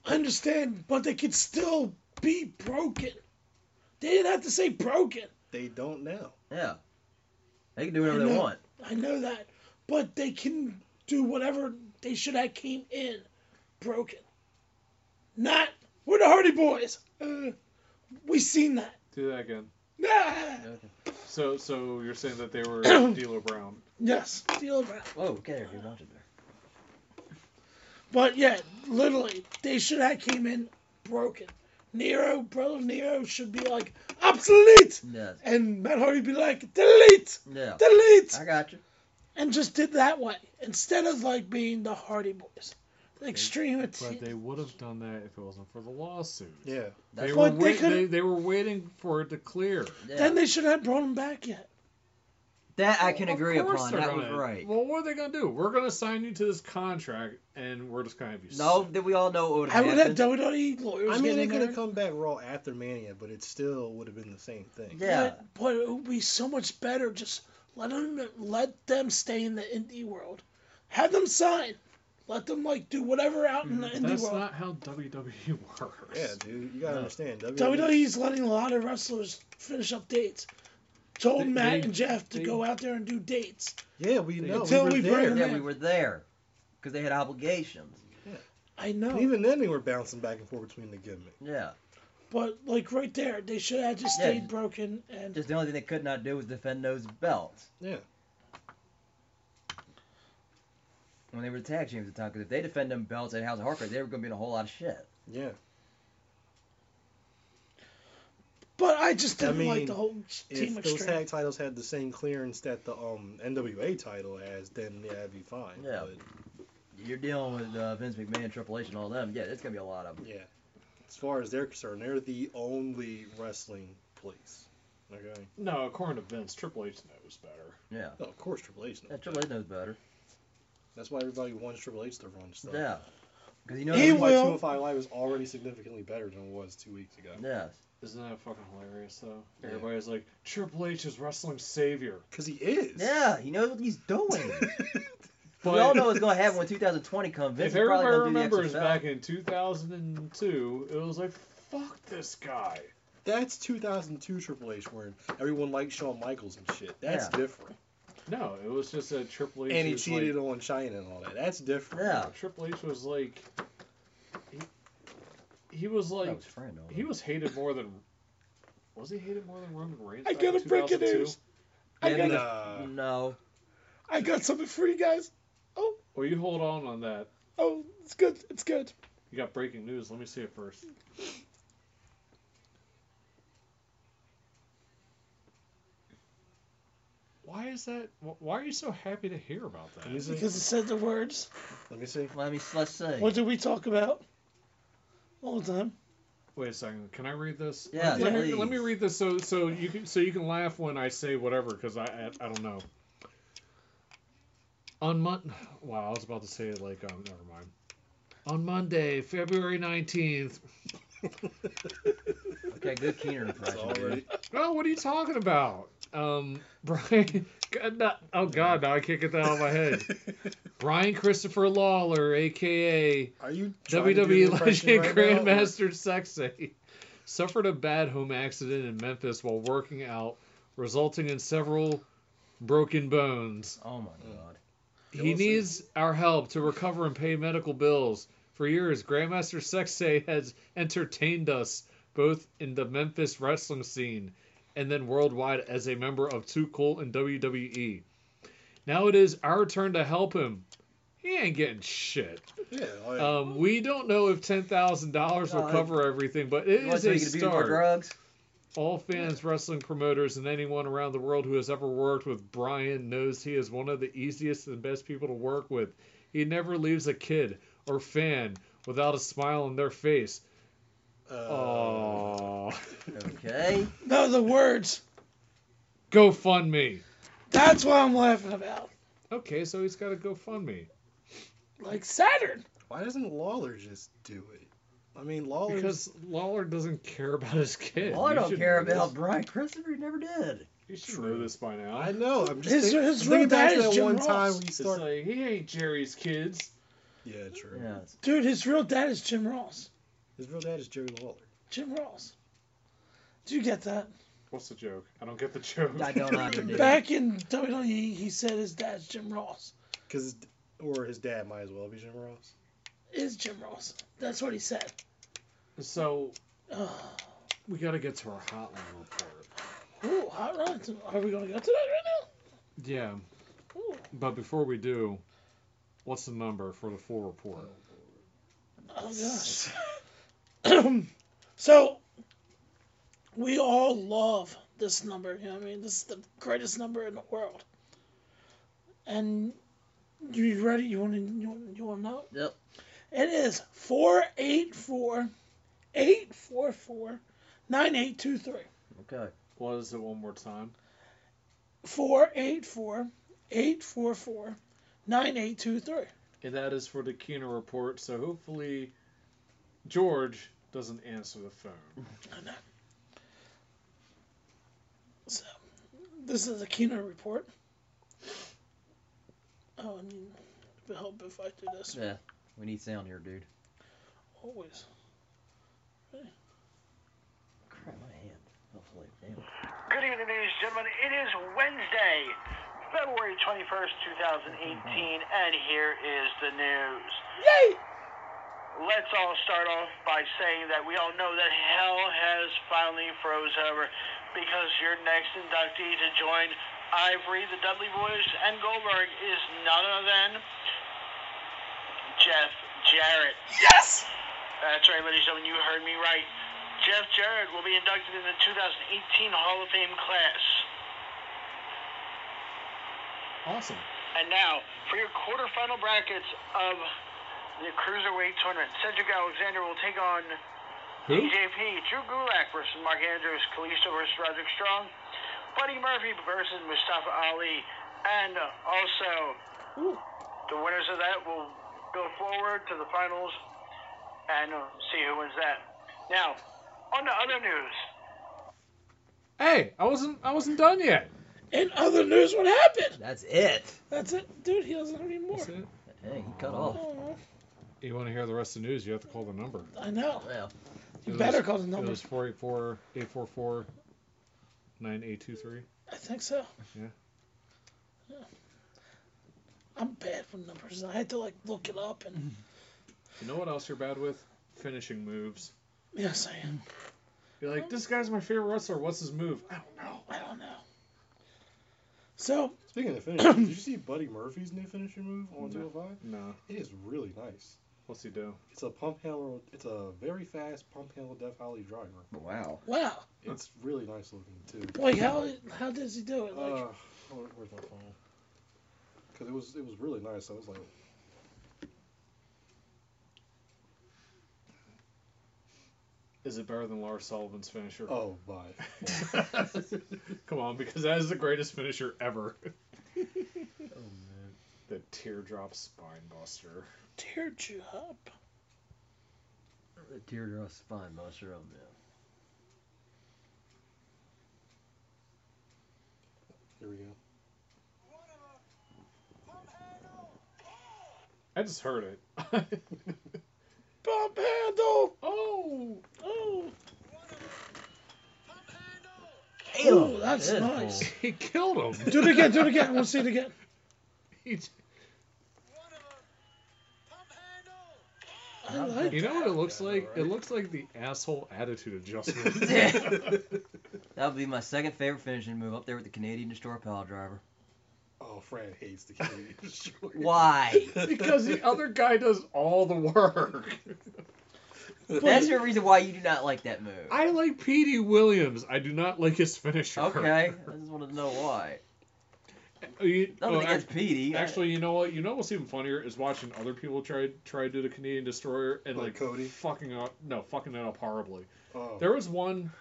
Speaker 2: I understand, but they could still be broken. They didn't have to say broken.
Speaker 1: they don't now.
Speaker 4: Yeah. They can do whatever
Speaker 2: I
Speaker 4: they
Speaker 2: know.
Speaker 4: want.
Speaker 2: I know that, but they can do whatever they should have came in broken. Not we're the Hardy Boys. Uh, we seen that.
Speaker 3: Do that again.
Speaker 2: Ah!
Speaker 3: So, so you're saying that they were D'Lo Brown?
Speaker 2: Yes, deal with that.
Speaker 4: Whoa, get there. You're watching there.
Speaker 2: But yeah, literally, they should have came in broken. Nero, brother Nero, should be like obsolete,
Speaker 4: Yes.
Speaker 2: and Matt Hardy be like delete,
Speaker 4: Yeah.
Speaker 2: delete,
Speaker 4: I got you.
Speaker 2: and just did that way instead of like being the Hardy Boys, the extreme.
Speaker 3: But they would have done that if it wasn't for the lawsuit.
Speaker 1: Yeah.
Speaker 3: They
Speaker 4: That's
Speaker 3: were,
Speaker 2: But they
Speaker 3: wait-
Speaker 2: could've-
Speaker 3: they, they were waiting for it to clear.
Speaker 4: Yeah.
Speaker 2: Then they should have brought him back yet.
Speaker 4: that I can
Speaker 3: Of
Speaker 4: agree
Speaker 3: course
Speaker 4: upon.
Speaker 3: they're
Speaker 4: That was
Speaker 3: gonna-
Speaker 4: right.
Speaker 3: Well, what are they gonna do? We're gonna sign you to this contract, and we're just gonna have you.
Speaker 4: No,
Speaker 3: sit.
Speaker 4: that we all know what would
Speaker 2: I would have
Speaker 4: happen.
Speaker 2: WWE lawyers.
Speaker 1: I mean, they could
Speaker 2: could
Speaker 1: have come back Raw after Mania, but it still would have been the same thing.
Speaker 4: Yeah.
Speaker 2: But, but it would be so much better just let them let them stay in the indie world, have them sign, let them like do whatever out in the indie
Speaker 3: Mm, That's
Speaker 2: world.
Speaker 3: not how WWE [laughs] works.
Speaker 1: Yeah, dude, you gotta
Speaker 4: No.
Speaker 1: understand. WWE,
Speaker 2: WWE's letting a lot of wrestlers finish up dates. Told
Speaker 3: They-
Speaker 2: Matt
Speaker 3: they-
Speaker 2: and Jeff to
Speaker 3: they-
Speaker 2: go out there and do dates.
Speaker 1: yeah, we know.
Speaker 2: Until
Speaker 1: we were
Speaker 2: we bring
Speaker 1: there.
Speaker 2: them
Speaker 4: Yeah, we were there because they had obligations.
Speaker 2: I know,
Speaker 1: And even then, they were bouncing back and forth between the gimmick.
Speaker 4: Yeah.
Speaker 2: but like right there, they should have just
Speaker 4: Yeah.
Speaker 2: stayed broken and
Speaker 4: Just the only thing they could not do was defend those belts.
Speaker 1: Yeah.
Speaker 4: When they were the tag teams at the time, because if they defend them belts at House of Hardcore, they were going to be in a whole lot of shit.
Speaker 1: Yeah.
Speaker 2: But I just
Speaker 1: I
Speaker 2: didn't like
Speaker 1: mean,
Speaker 2: the whole team
Speaker 1: If those
Speaker 2: extreme.
Speaker 1: tag titles had the same clearance that the um, NWA title has, then yeah, it'd be fine.
Speaker 4: Yeah. You're dealing with uh, Vince McMahon, Triple H, and all them. Yeah, there's going to be a lot of them.
Speaker 1: But yeah, as far as they're concerned, they're the only wrestling place. Okay.
Speaker 3: No, according to Vince, Triple H knows better.
Speaker 4: Yeah.
Speaker 1: Oh, of course, Triple H.
Speaker 4: yeah
Speaker 1: Knows.
Speaker 4: Triple H knows better.
Speaker 1: That's why everybody wants Triple H to run stuff.
Speaker 4: Yeah. Because you know
Speaker 1: That's
Speaker 2: He
Speaker 1: why
Speaker 2: will-
Speaker 1: 205 Live is already significantly better than it was two weeks ago.
Speaker 4: Yes.
Speaker 3: Isn't that fucking hilarious though?
Speaker 1: Yeah.
Speaker 3: Everybody's like, Triple H is wrestling savior.
Speaker 1: Because he is.
Speaker 4: Yeah, he knows what he's doing.
Speaker 3: But
Speaker 4: we all know what's going to happen when 2020 comes. Vince
Speaker 3: if
Speaker 4: is probably
Speaker 3: everybody
Speaker 4: going to do the
Speaker 3: remembers
Speaker 4: extra
Speaker 3: back in 2002, it was like, fuck this guy.
Speaker 1: [laughs] That's 2002 Triple H when everyone liked Shawn Michaels and shit. That's
Speaker 4: Yeah.
Speaker 1: different.
Speaker 3: No, it was just a Triple H.
Speaker 1: And he
Speaker 3: was
Speaker 1: cheated
Speaker 3: Like,
Speaker 1: on China and all that. That's different.
Speaker 4: Yeah.
Speaker 3: Triple H was like, he, he was
Speaker 4: That
Speaker 3: like,
Speaker 4: was friend, all
Speaker 3: he
Speaker 4: right.
Speaker 3: was hated more than. Was he hated more than Roman Reigns?
Speaker 2: I
Speaker 3: back in
Speaker 2: got a breaking
Speaker 3: 2002?
Speaker 2: news. I
Speaker 4: Yeah,
Speaker 2: got,
Speaker 4: no.
Speaker 1: Nah.
Speaker 4: No.
Speaker 2: I got something for you guys.
Speaker 3: Well, you hold on on that.
Speaker 2: Oh, it's good. It's good.
Speaker 3: You got breaking news. Let me see it first. Why is that? wh- Why are you so happy to hear about that?
Speaker 1: Let me see.
Speaker 2: Because it said the words.
Speaker 1: Let me see.
Speaker 4: Let me, let's see.
Speaker 2: What did we talk about? All the time.
Speaker 3: Wait a second. Can I read this?
Speaker 4: Yeah,
Speaker 3: Let, me,
Speaker 4: please.
Speaker 3: let me read this so so you can so you can laugh when I say whatever because I, I I don't know. On Mon, wow, I was about to say it like um, never mind. On Monday, February nineteenth.
Speaker 4: Okay, good Keener
Speaker 1: It's
Speaker 4: impression.
Speaker 1: already.
Speaker 4: Dude.
Speaker 3: Oh, what are you talking about? Um, [laughs] Brian. God, no- oh God, now I can't get that out of
Speaker 1: [laughs]
Speaker 3: my head. Brian Christopher Lawler, aka
Speaker 1: [laughs] Are you trying to do the
Speaker 3: WWE
Speaker 1: impression
Speaker 3: E Legend
Speaker 1: right now?
Speaker 3: Grandmaster Sexy suffered a bad home accident in Memphis while working out, resulting in several broken bones.
Speaker 4: Oh my
Speaker 1: Mm.
Speaker 4: god.
Speaker 3: He
Speaker 1: Illnesses.
Speaker 3: needs our help to recover and pay medical bills. For years, Grandmaster Sexay has entertained us both in the Memphis wrestling scene and then worldwide as a member of Too Cool and WWE. Now it is our turn to help him. He ain't getting shit.
Speaker 1: Yeah, like,
Speaker 3: Um, we don't know if ten thousand dollars will
Speaker 4: No, I-
Speaker 3: cover everything, but it
Speaker 4: You want
Speaker 3: is
Speaker 4: to
Speaker 3: a
Speaker 4: take it to beauty for
Speaker 3: start.
Speaker 4: drugs?
Speaker 3: All fans, wrestling promoters, and anyone around the world who has ever worked with Brian knows he is one of the easiest and best people to work with. He never leaves a kid or fan without a smile on their face.
Speaker 1: uh,
Speaker 3: Oh, [laughs]
Speaker 4: Okay.
Speaker 2: No, the words.
Speaker 3: go fund me.
Speaker 2: That's what I'm laughing about.
Speaker 3: Okay, so he's got to go fund me
Speaker 2: Like Saturn.
Speaker 1: why doesn't Lawler just do it? I mean, Lawler.
Speaker 3: because Lawler doesn't care about his kid.
Speaker 4: Well, I
Speaker 3: You
Speaker 4: don't
Speaker 3: should
Speaker 4: care
Speaker 3: know
Speaker 4: about
Speaker 3: this.
Speaker 4: Brian Christopher. He never did.
Speaker 3: You should know this by now.
Speaker 1: I know. I'm just
Speaker 2: His-
Speaker 1: think-
Speaker 2: his
Speaker 1: I'm thinking
Speaker 2: real
Speaker 1: back
Speaker 2: dad
Speaker 1: to
Speaker 2: is
Speaker 1: that
Speaker 2: Jim
Speaker 1: one
Speaker 2: Ross.
Speaker 1: time when he
Speaker 3: It's
Speaker 1: started.
Speaker 3: like he ain't Jerry's kids.
Speaker 1: Yeah, true.
Speaker 4: Yeah.
Speaker 2: Dude, his real dad is Jim Ross.
Speaker 1: His real dad is Jerry Lawler.
Speaker 2: Jim Ross. Do you get that?
Speaker 3: What's the joke? I don't get the joke.
Speaker 4: I don't either, dude.
Speaker 2: Back in WWE, he said his dad's Jim Ross.
Speaker 1: Cause, or his dad might as well be Jim Ross.
Speaker 2: Is Jim Ross. That's what he said.
Speaker 3: [laughs] So
Speaker 2: Ugh.
Speaker 3: we got to get to our hotline report.
Speaker 2: Ooh, hot rods. Are we going to go to that right
Speaker 3: Yeah,
Speaker 2: now? Ooh.
Speaker 3: but before we do, what's the number for the full report?
Speaker 2: Oh gosh. [clears throat] so we all love this number, you know what I mean? This is the greatest number in the world. And you ready? You want to you want, you want to know?
Speaker 4: Yep.
Speaker 2: It is 484 844 9823.
Speaker 4: Okay.
Speaker 3: What is it one more time?
Speaker 2: 484 844 9823.
Speaker 3: And that is for the Keener report. So hopefully, George doesn't answer the phone.
Speaker 2: So, this is a Kino report. Oh, and it would help if I do this.
Speaker 4: Yeah. We need sound here, dude.
Speaker 2: Always.
Speaker 4: Crap, my hand. Hopefully, damn.
Speaker 5: Good evening, ladies and gentlemen. It is Wednesday, February 21st, 2018, and here is the news.
Speaker 2: Yay!
Speaker 5: Let's all start off by saying that we all know that hell has finally froze over because your next inductee to join Ivory, the Dudley Boys, and Goldberg is none other than Jeff Jarrett.
Speaker 2: Yes!
Speaker 5: That's right, ladies and gentlemen, you heard me right. Jeff Jarrett will be inducted in the 2018 Hall of Fame class.
Speaker 3: Awesome.
Speaker 5: And now for your quarterfinal brackets of the cruiserweight tournament, Cedric Alexander will take on
Speaker 3: Who?
Speaker 5: DJP, Drew Gulak versus Mark Andrews, Kalisto versus Roderick Strong, Buddy Murphy versus Mustafa Ali, and also
Speaker 2: Ooh.
Speaker 5: the winners of that will go forward to the finals and uh, see who wins that. Now, on to other news.
Speaker 3: Hey, I wasn't. I wasn't done yet.
Speaker 2: And other news, what happened?
Speaker 4: That's it.
Speaker 2: That's it. Dude, he doesn't have any more.
Speaker 3: That's it.
Speaker 4: Hey, he cut off.
Speaker 2: Oh,
Speaker 3: You want to hear the rest of the news? You have to call the number.
Speaker 2: I know.
Speaker 4: Well,
Speaker 2: You
Speaker 3: It
Speaker 2: better
Speaker 3: was-
Speaker 2: call the
Speaker 3: It
Speaker 2: number.
Speaker 3: was 484 844 9823.
Speaker 2: I think so.
Speaker 3: Yeah.
Speaker 2: Yeah. I'm bad with numbers. I had to, like, look it up
Speaker 3: [laughs]
Speaker 2: and.
Speaker 3: You know what else you're bad with? Finishing moves.
Speaker 2: Yes, I am.
Speaker 3: You're like, this guy's my favorite wrestler. What's his move? I don't know.
Speaker 2: oh, I don't know. So,
Speaker 1: Speaking of finishers, did you see Buddy Murphy's new finishing move on
Speaker 3: No.
Speaker 1: 205?
Speaker 3: No.
Speaker 1: It is really nice.
Speaker 3: What's he do?
Speaker 1: It's a pump handle. It's a very fast pump handle Death Holly driver.
Speaker 4: wow.
Speaker 2: wow.
Speaker 1: It's really nice looking too.
Speaker 2: Like, how how does he do it? Like,
Speaker 1: Uh, hold- where's my phone? Because it was it was really nice. I was like,
Speaker 3: Is it better than Lars Sullivan's finisher?
Speaker 1: oh my.
Speaker 3: [laughs] Come on, because that is the greatest finisher ever. [laughs]
Speaker 4: Oh man.
Speaker 3: The teardrop spine buster.
Speaker 2: teared you up.
Speaker 4: The teardrop spine buster. Oh man.
Speaker 1: Here we go.
Speaker 3: I just heard it. [laughs]
Speaker 2: Pump handle.
Speaker 3: oh!
Speaker 2: Oh,
Speaker 4: Ew,
Speaker 2: Ooh, that's
Speaker 4: that is
Speaker 2: nice.
Speaker 4: cool.
Speaker 3: He killed him.
Speaker 2: do it again. Do it
Speaker 3: [laughs]
Speaker 2: again. I want to see it [laughs] again.
Speaker 3: He j-
Speaker 2: I I like
Speaker 3: You know what it looks
Speaker 1: Yeah, I know,
Speaker 3: like? It
Speaker 1: right?
Speaker 3: looks like the asshole attitude adjustment.
Speaker 1: [laughs]
Speaker 4: That would be my second favorite finishing move up there with the Canadian Destroyer Power Driver.
Speaker 1: Oh, Fran hates the Canadian Destroyer. [laughs]
Speaker 4: Why?
Speaker 3: because the other guy does all the work.
Speaker 4: That's the reason why you do not like that move.
Speaker 3: I like Petey Williams. I do not like his finisher.
Speaker 4: Okay, I just wanted to know why.
Speaker 3: You-
Speaker 4: Nothing
Speaker 3: oh,
Speaker 4: against Petey. I-
Speaker 3: Actually, you know what? You know what's even funnier is watching other people try try to do the Canadian destroyer and
Speaker 1: Like
Speaker 3: like,
Speaker 1: Cody?
Speaker 3: fucking up. No, fucking it up horribly.
Speaker 1: Oh,
Speaker 3: There was one.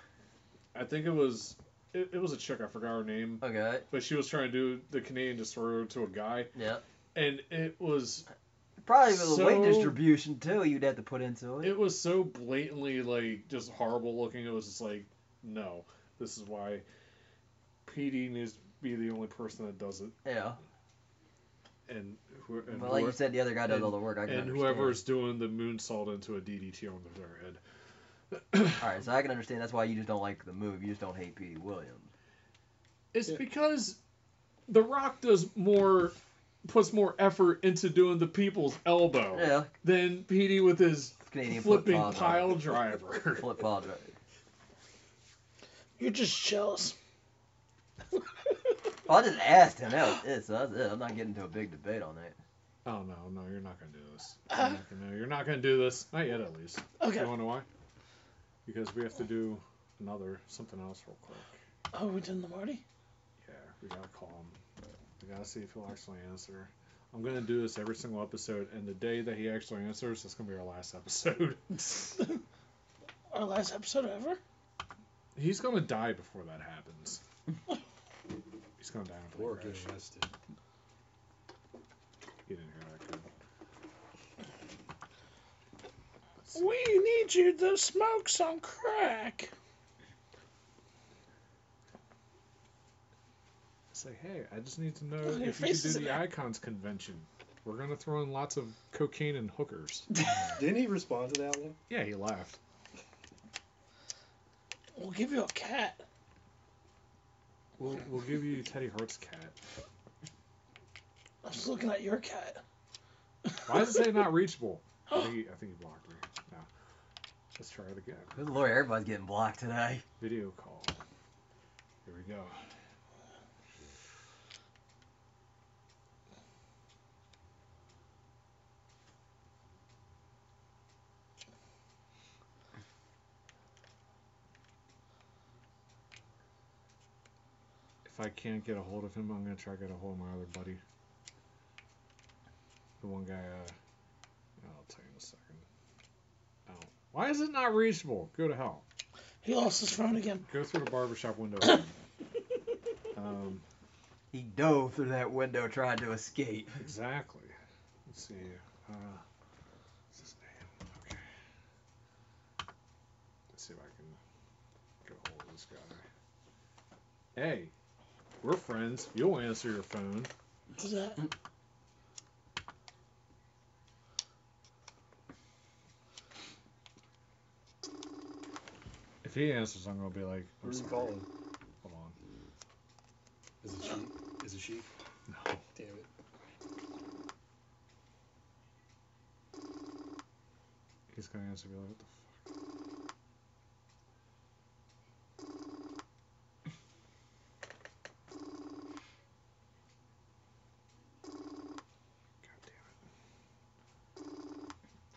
Speaker 3: I think it was it, it was a chick. I forgot her name,
Speaker 4: Okay.
Speaker 3: but she was trying to do the Canadian destroyer to a guy, [laughs]
Speaker 4: Yeah.
Speaker 3: and it was
Speaker 4: Probably with the weight
Speaker 3: So-
Speaker 4: distribution too, you'd have to put into it.
Speaker 3: it was so blatantly like just horrible looking. It was just like, no, this is why PD needs to be the only person that does it,
Speaker 4: Yeah.
Speaker 3: and, who, and
Speaker 4: But like you
Speaker 3: whoever-
Speaker 4: said, the other guy does
Speaker 3: and-
Speaker 4: all the work. I can
Speaker 3: and
Speaker 4: understand.
Speaker 3: whoever's doing the moonsault into a DDT on their head.
Speaker 4: All right, so I can understand. That's why you just don't like the move. You just don't hate
Speaker 3: [laughs]
Speaker 4: Petey Williams.
Speaker 3: It's
Speaker 1: Yeah.
Speaker 3: because The Rock does more, puts more effort into doing the people's elbow
Speaker 4: Yeah.
Speaker 3: than PD with his
Speaker 4: Canadian flip
Speaker 3: flipping
Speaker 4: pile [laughs]
Speaker 3: pile driver.
Speaker 4: Flip pile driver.
Speaker 2: You're just jealous.
Speaker 4: Well, Oh, I just asked him. That was it. So that's it. I'm not getting into a big debate on that.
Speaker 3: oh no, no, you're not gonna do this. You're not gonna, you're not gonna do this. Not yet, at least.
Speaker 2: Okay.
Speaker 3: You wanna know why? Because we have to do another something else real quick.
Speaker 2: Oh, we done the Marty?
Speaker 3: Yeah, we gotta call him. We gotta see if he'll actually answer. I'm gonna do this every single episode, and the day that he actually answers, that's gonna be our last episode. [laughs]
Speaker 2: Our last episode ever?
Speaker 3: He's gonna die before that happens. He's gonna die in a plane
Speaker 1: or get
Speaker 3: crash.
Speaker 1: arrested.
Speaker 3: He didn't hear that good.
Speaker 2: We need you to smoke some crack.
Speaker 3: It's like, hey, I just need to know
Speaker 2: Look, your
Speaker 3: if you
Speaker 2: face
Speaker 3: can do
Speaker 2: is-
Speaker 3: the icons convention. We're gonna throw in lots of cocaine and hookers.
Speaker 1: Didn't he respond to that one?
Speaker 3: Yeah, he laughed.
Speaker 2: We'll give you a cat.
Speaker 3: We'll, we'll give you Teddy Hart's cat.
Speaker 2: I was looking at your cat.
Speaker 3: Why does it say not reachable? I think he, I think he blocked me. No. Let's try it again.
Speaker 4: Good lord, everybody's getting blocked today.
Speaker 3: Video call. Here we go. If I can't get a hold of him, I'm gonna try to get a hold of my other buddy. The one guy, uh, I'll tell you in a second. Oh. Why is it not reachable? Go to hell.
Speaker 2: [laughs] He lost his phone again. [laughs]
Speaker 3: Go through the barbershop window. um,
Speaker 4: He dove through that window trying to escape.
Speaker 3: exactly. Let's see. Uh, what's his name? Okay. Let's see if I can get a hold of this guy. Hey, we're friends. You'll answer your phone.
Speaker 2: What's that?
Speaker 3: If he answers, I'm gonna be like, I'm
Speaker 1: Who's
Speaker 3: sorry.
Speaker 1: calling?
Speaker 3: Hold on. [laughs]
Speaker 1: Is it she? Is it she?
Speaker 3: No.
Speaker 1: Damn it.
Speaker 3: He's gonna answer me like, what the fuck? God damn it.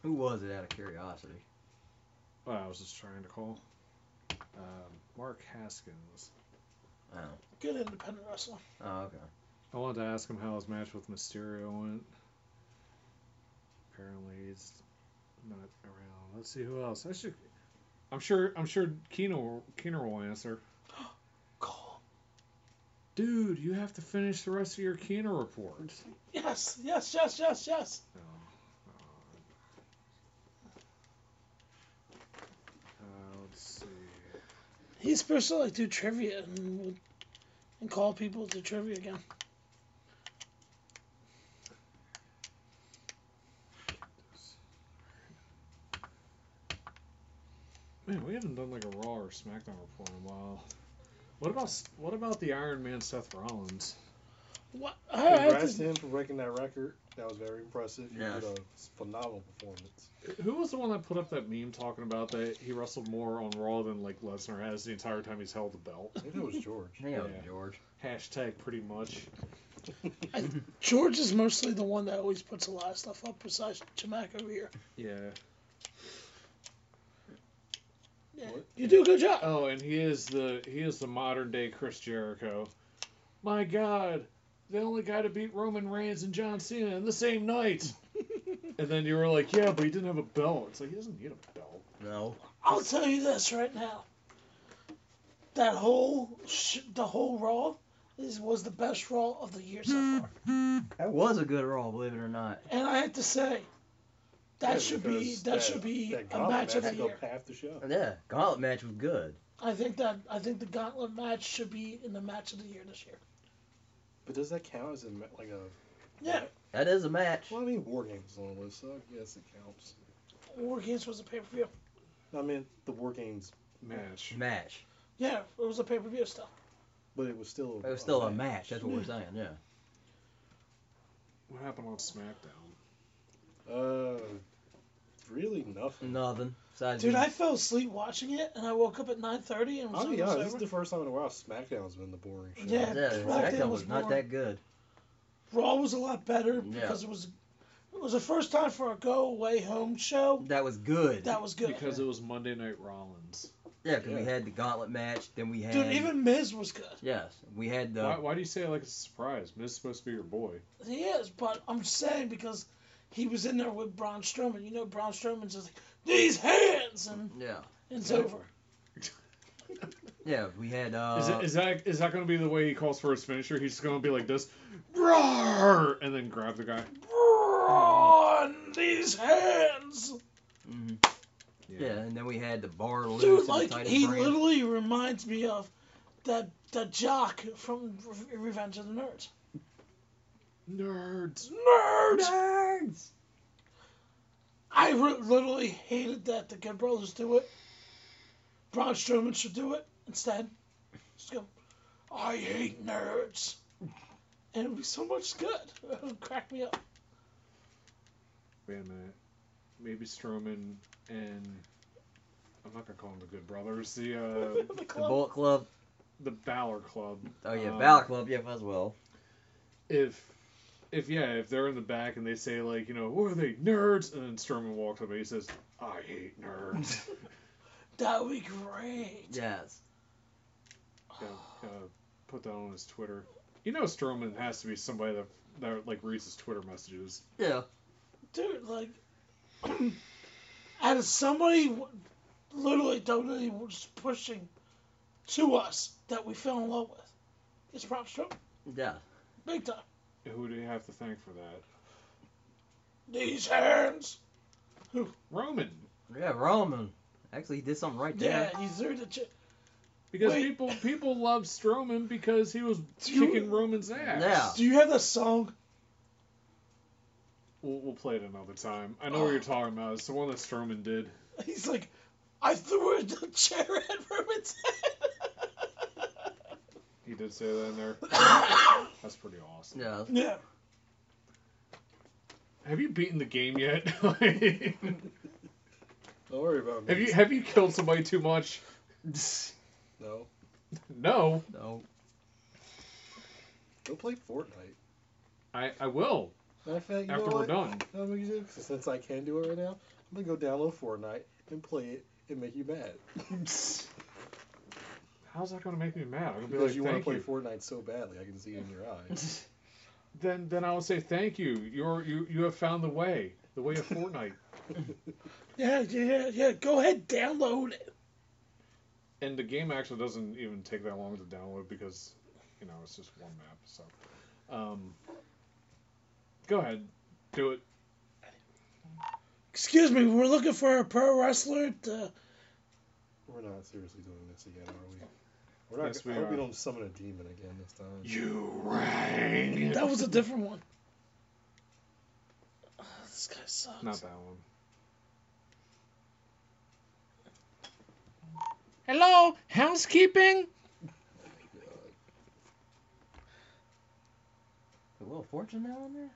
Speaker 4: Who was it out of curiosity?
Speaker 3: Well, Oh, I was just trying to call. Um, Mark Haskins.
Speaker 4: Oh.
Speaker 2: Good independent wrestler.
Speaker 4: Oh, okay.
Speaker 3: I wanted to ask him how his match with Mysterio went. Apparently he's not around. Let's see who else. I should. I'm sure. I'm sure Keener Keener will answer.
Speaker 2: Call.
Speaker 3: Dude, you have to finish the rest of your Keener report.
Speaker 2: Yes, yes, yes, yes, yes.
Speaker 3: No. Uh, let's see.
Speaker 2: He's supposed to like do trivia and, and call people to trivia again.
Speaker 3: Man, we haven't done like a Raw or SmackDown report in a while. What about what about the Iron Man Seth Rollins?
Speaker 2: What? I had
Speaker 1: Congrats
Speaker 2: to-
Speaker 1: to him for breaking that record. That was very impressive. He
Speaker 6: Yes.
Speaker 1: did a phenomenal performance.
Speaker 3: Who was the one that put up that meme talking about that he wrestled more on Raw than like Lesnar has the entire time he's held the belt?
Speaker 1: I think it was
Speaker 2: [laughs]
Speaker 1: George.
Speaker 4: Hang on,
Speaker 3: Yeah.
Speaker 4: George.
Speaker 3: Hashtag pretty much.
Speaker 2: George is mostly the one that always puts a lot of stuff up besides Jamak over here.
Speaker 3: Yeah.
Speaker 2: Yeah.
Speaker 1: What?
Speaker 2: You do a good job.
Speaker 3: Oh, and he is the he is the modern day Chris Jericho. My God, the only guy to beat Roman Reigns and John Cena in the same
Speaker 4: [laughs]
Speaker 3: night. and then you were like, yeah, but he didn't have a belt. It's like he doesn't need a belt.
Speaker 6: No.
Speaker 2: I'll tell you this right now. That whole sh- the whole Raw is was the best Raw of the year so far,
Speaker 4: That was a good roll, believe it or not.
Speaker 2: and I have to say, that
Speaker 1: Yeah,
Speaker 2: should be
Speaker 1: because
Speaker 2: that, should be
Speaker 1: that
Speaker 2: a
Speaker 1: gauntlet
Speaker 2: match of the
Speaker 1: match took
Speaker 2: year.
Speaker 1: up half the show.
Speaker 4: Yeah, gauntlet match was good.
Speaker 2: I think that I think the Gauntlet match should be in the match of the year this year.
Speaker 1: But does that count as a, ma- like a?
Speaker 2: Yeah,
Speaker 4: That is a match.
Speaker 1: Well, I mean, War Games is on the list, so yes, it counts.
Speaker 2: War Games was a pay per view.
Speaker 1: I mean, the War Games,
Speaker 3: Match.
Speaker 4: Match.
Speaker 2: Yeah, it was a pay per view stuff.
Speaker 1: but it was still.
Speaker 4: It was still a match. That's what we're saying. Yeah.
Speaker 3: What happened on SmackDown?
Speaker 1: Uh, really nothing.
Speaker 4: Nothing. Besides
Speaker 2: Dude,
Speaker 4: you-
Speaker 2: I fell asleep watching it, and I woke up at 9:30 and was
Speaker 1: I'll be
Speaker 2: almost
Speaker 1: honest. This is
Speaker 2: over.
Speaker 1: the first time in a while SmackDown's been the boring show.
Speaker 2: Yeah.
Speaker 4: Yeah,
Speaker 2: SmackDown
Speaker 4: SmackDown
Speaker 2: was
Speaker 4: was not
Speaker 2: boring.
Speaker 4: that good.
Speaker 2: Raw was a lot better
Speaker 4: Yeah.
Speaker 2: because it was it was the first time for a go away home show
Speaker 4: That was good.
Speaker 2: that was good.
Speaker 3: Because it was Monday Night Rollins.
Speaker 4: yeah, because we
Speaker 1: Yeah.
Speaker 4: had the gauntlet match. Then we had.
Speaker 2: Dude, even Miz was good.
Speaker 4: Yes, we had the.
Speaker 3: Why, why do you say it like it's a surprise? Miz is supposed to be your boy.
Speaker 2: He is, but I'm saying because he was in there with Braun Strowman. You know, Braun Strowman's just like these hands, and
Speaker 4: Yeah.
Speaker 2: it's over.
Speaker 4: Yeah, we had. Uh,
Speaker 3: is, it, is that is that going to be the way he calls for his finisher? He's just going to be like this, roar, and then grab the guy.
Speaker 2: Braun, these hands,
Speaker 4: mhm. yeah. and then we had the bar loose.
Speaker 2: dude.
Speaker 4: and the
Speaker 2: Like
Speaker 4: title
Speaker 2: he
Speaker 4: brand.
Speaker 2: literally reminds me of that that jock from Re- Revenge of the Nerds.
Speaker 3: Nerds.
Speaker 2: Nerds. I re- literally hated that the Good Brothers do it. Braun Strowman should do it instead. Just go, I hate nerds. And it'd be so much good. [laughs] It would crack me up.
Speaker 3: Wait a minute. Maybe Strowman and I'm not gonna call them the Good Brothers. The uh,
Speaker 2: [laughs] the
Speaker 4: The
Speaker 2: club.
Speaker 4: Bullet Club.
Speaker 3: the Balor Club.
Speaker 4: Oh yeah,
Speaker 2: Uh,
Speaker 3: Um,
Speaker 4: Balor Club. Yeah, as well.
Speaker 3: If if yeah, if they're in the back and they say like you know what are they nerds, and then Strowman walks up and he says I hate nerds.
Speaker 4: [laughs]
Speaker 2: that would be great.
Speaker 4: Yes.
Speaker 3: gotta, gotta put that on his Twitter. You know Strowman has to be somebody that that like reads his Twitter messages.
Speaker 4: Yeah.
Speaker 2: Dude, like, [clears throat] out of somebody w- literally totally was pushing to us that we fell in love with, it's Braun Strowman.
Speaker 4: Yeah.
Speaker 2: Big time.
Speaker 3: Who do you have to thank for that?
Speaker 2: These hands.
Speaker 3: Roman.
Speaker 4: Yeah, Roman. Actually, he did something right
Speaker 2: Yeah,
Speaker 4: there.
Speaker 2: you threw the. Ch-
Speaker 3: Because
Speaker 2: Wait.
Speaker 3: people people love Strowman because he was
Speaker 2: Do you-
Speaker 3: kicking Roman's ass.
Speaker 4: Yeah.
Speaker 2: Do you have that song?
Speaker 3: We'll, we'll play it another time. I know what you're talking about. It's the one that Strowman did.
Speaker 2: He's like, I threw a chair at Roman's [laughs]
Speaker 3: He did say that in there.
Speaker 2: head.
Speaker 3: That's pretty awesome.
Speaker 4: Yeah.
Speaker 2: yeah.
Speaker 3: Have you beaten the game yet? [laughs]
Speaker 1: Don't worry about me.
Speaker 3: have you have you killed somebody too much? [laughs]
Speaker 1: No.
Speaker 3: No.
Speaker 4: No.
Speaker 1: Go play Fortnite.
Speaker 3: I, I will
Speaker 1: Matter of fact, you
Speaker 3: after
Speaker 1: know
Speaker 3: we're
Speaker 1: what?
Speaker 3: done.
Speaker 1: You know what I'm gonna do? Since I can do it right now, I'm gonna go download Fortnite and play it and make you
Speaker 4: [laughs]
Speaker 1: mad
Speaker 3: How's that gonna make me mad? I'm gonna be
Speaker 1: because
Speaker 3: like,
Speaker 1: you want to
Speaker 3: thank
Speaker 1: play
Speaker 3: you.
Speaker 1: Fortnite so badly. I can see it in
Speaker 3: [laughs]
Speaker 1: your eyes.
Speaker 3: Then then I will say thank you. You're you you have found the way, the way of Fortnite.
Speaker 2: Yeah, yeah, yeah. Go ahead, download it.
Speaker 3: and the game actually doesn't even take that long to download because you know it's just one map. So, um, go ahead, do it.
Speaker 2: Excuse me, we're looking for a pro wrestler. Uh, To...
Speaker 1: We're not seriously doing this again, are we? We're not.
Speaker 3: Yes, we
Speaker 1: I hope we
Speaker 3: are.
Speaker 1: don't summon a demon again this time.
Speaker 3: You rang.
Speaker 2: That was a different one. Ugh, [sighs] this guy sucks.
Speaker 3: Not that one. Hello, housekeeping.
Speaker 4: The Wheel of Fortune now on there?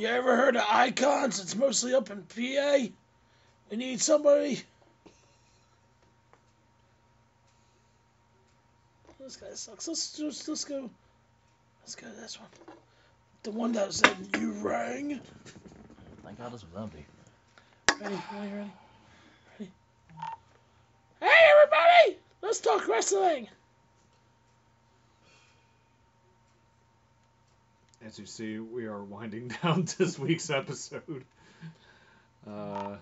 Speaker 2: You ever heard of Icons? It's mostly up in PA. We need somebody. This guy sucks. Let's just let's go. Let's go to this one. The one that said you rang.
Speaker 4: Thank God this was
Speaker 2: [laughs]
Speaker 4: empty.
Speaker 2: Ready? Ready? Ready? Ready? Hey everybody! Let's talk wrestling.
Speaker 3: As you see, we are winding [laughs] down this week's episode. Uh,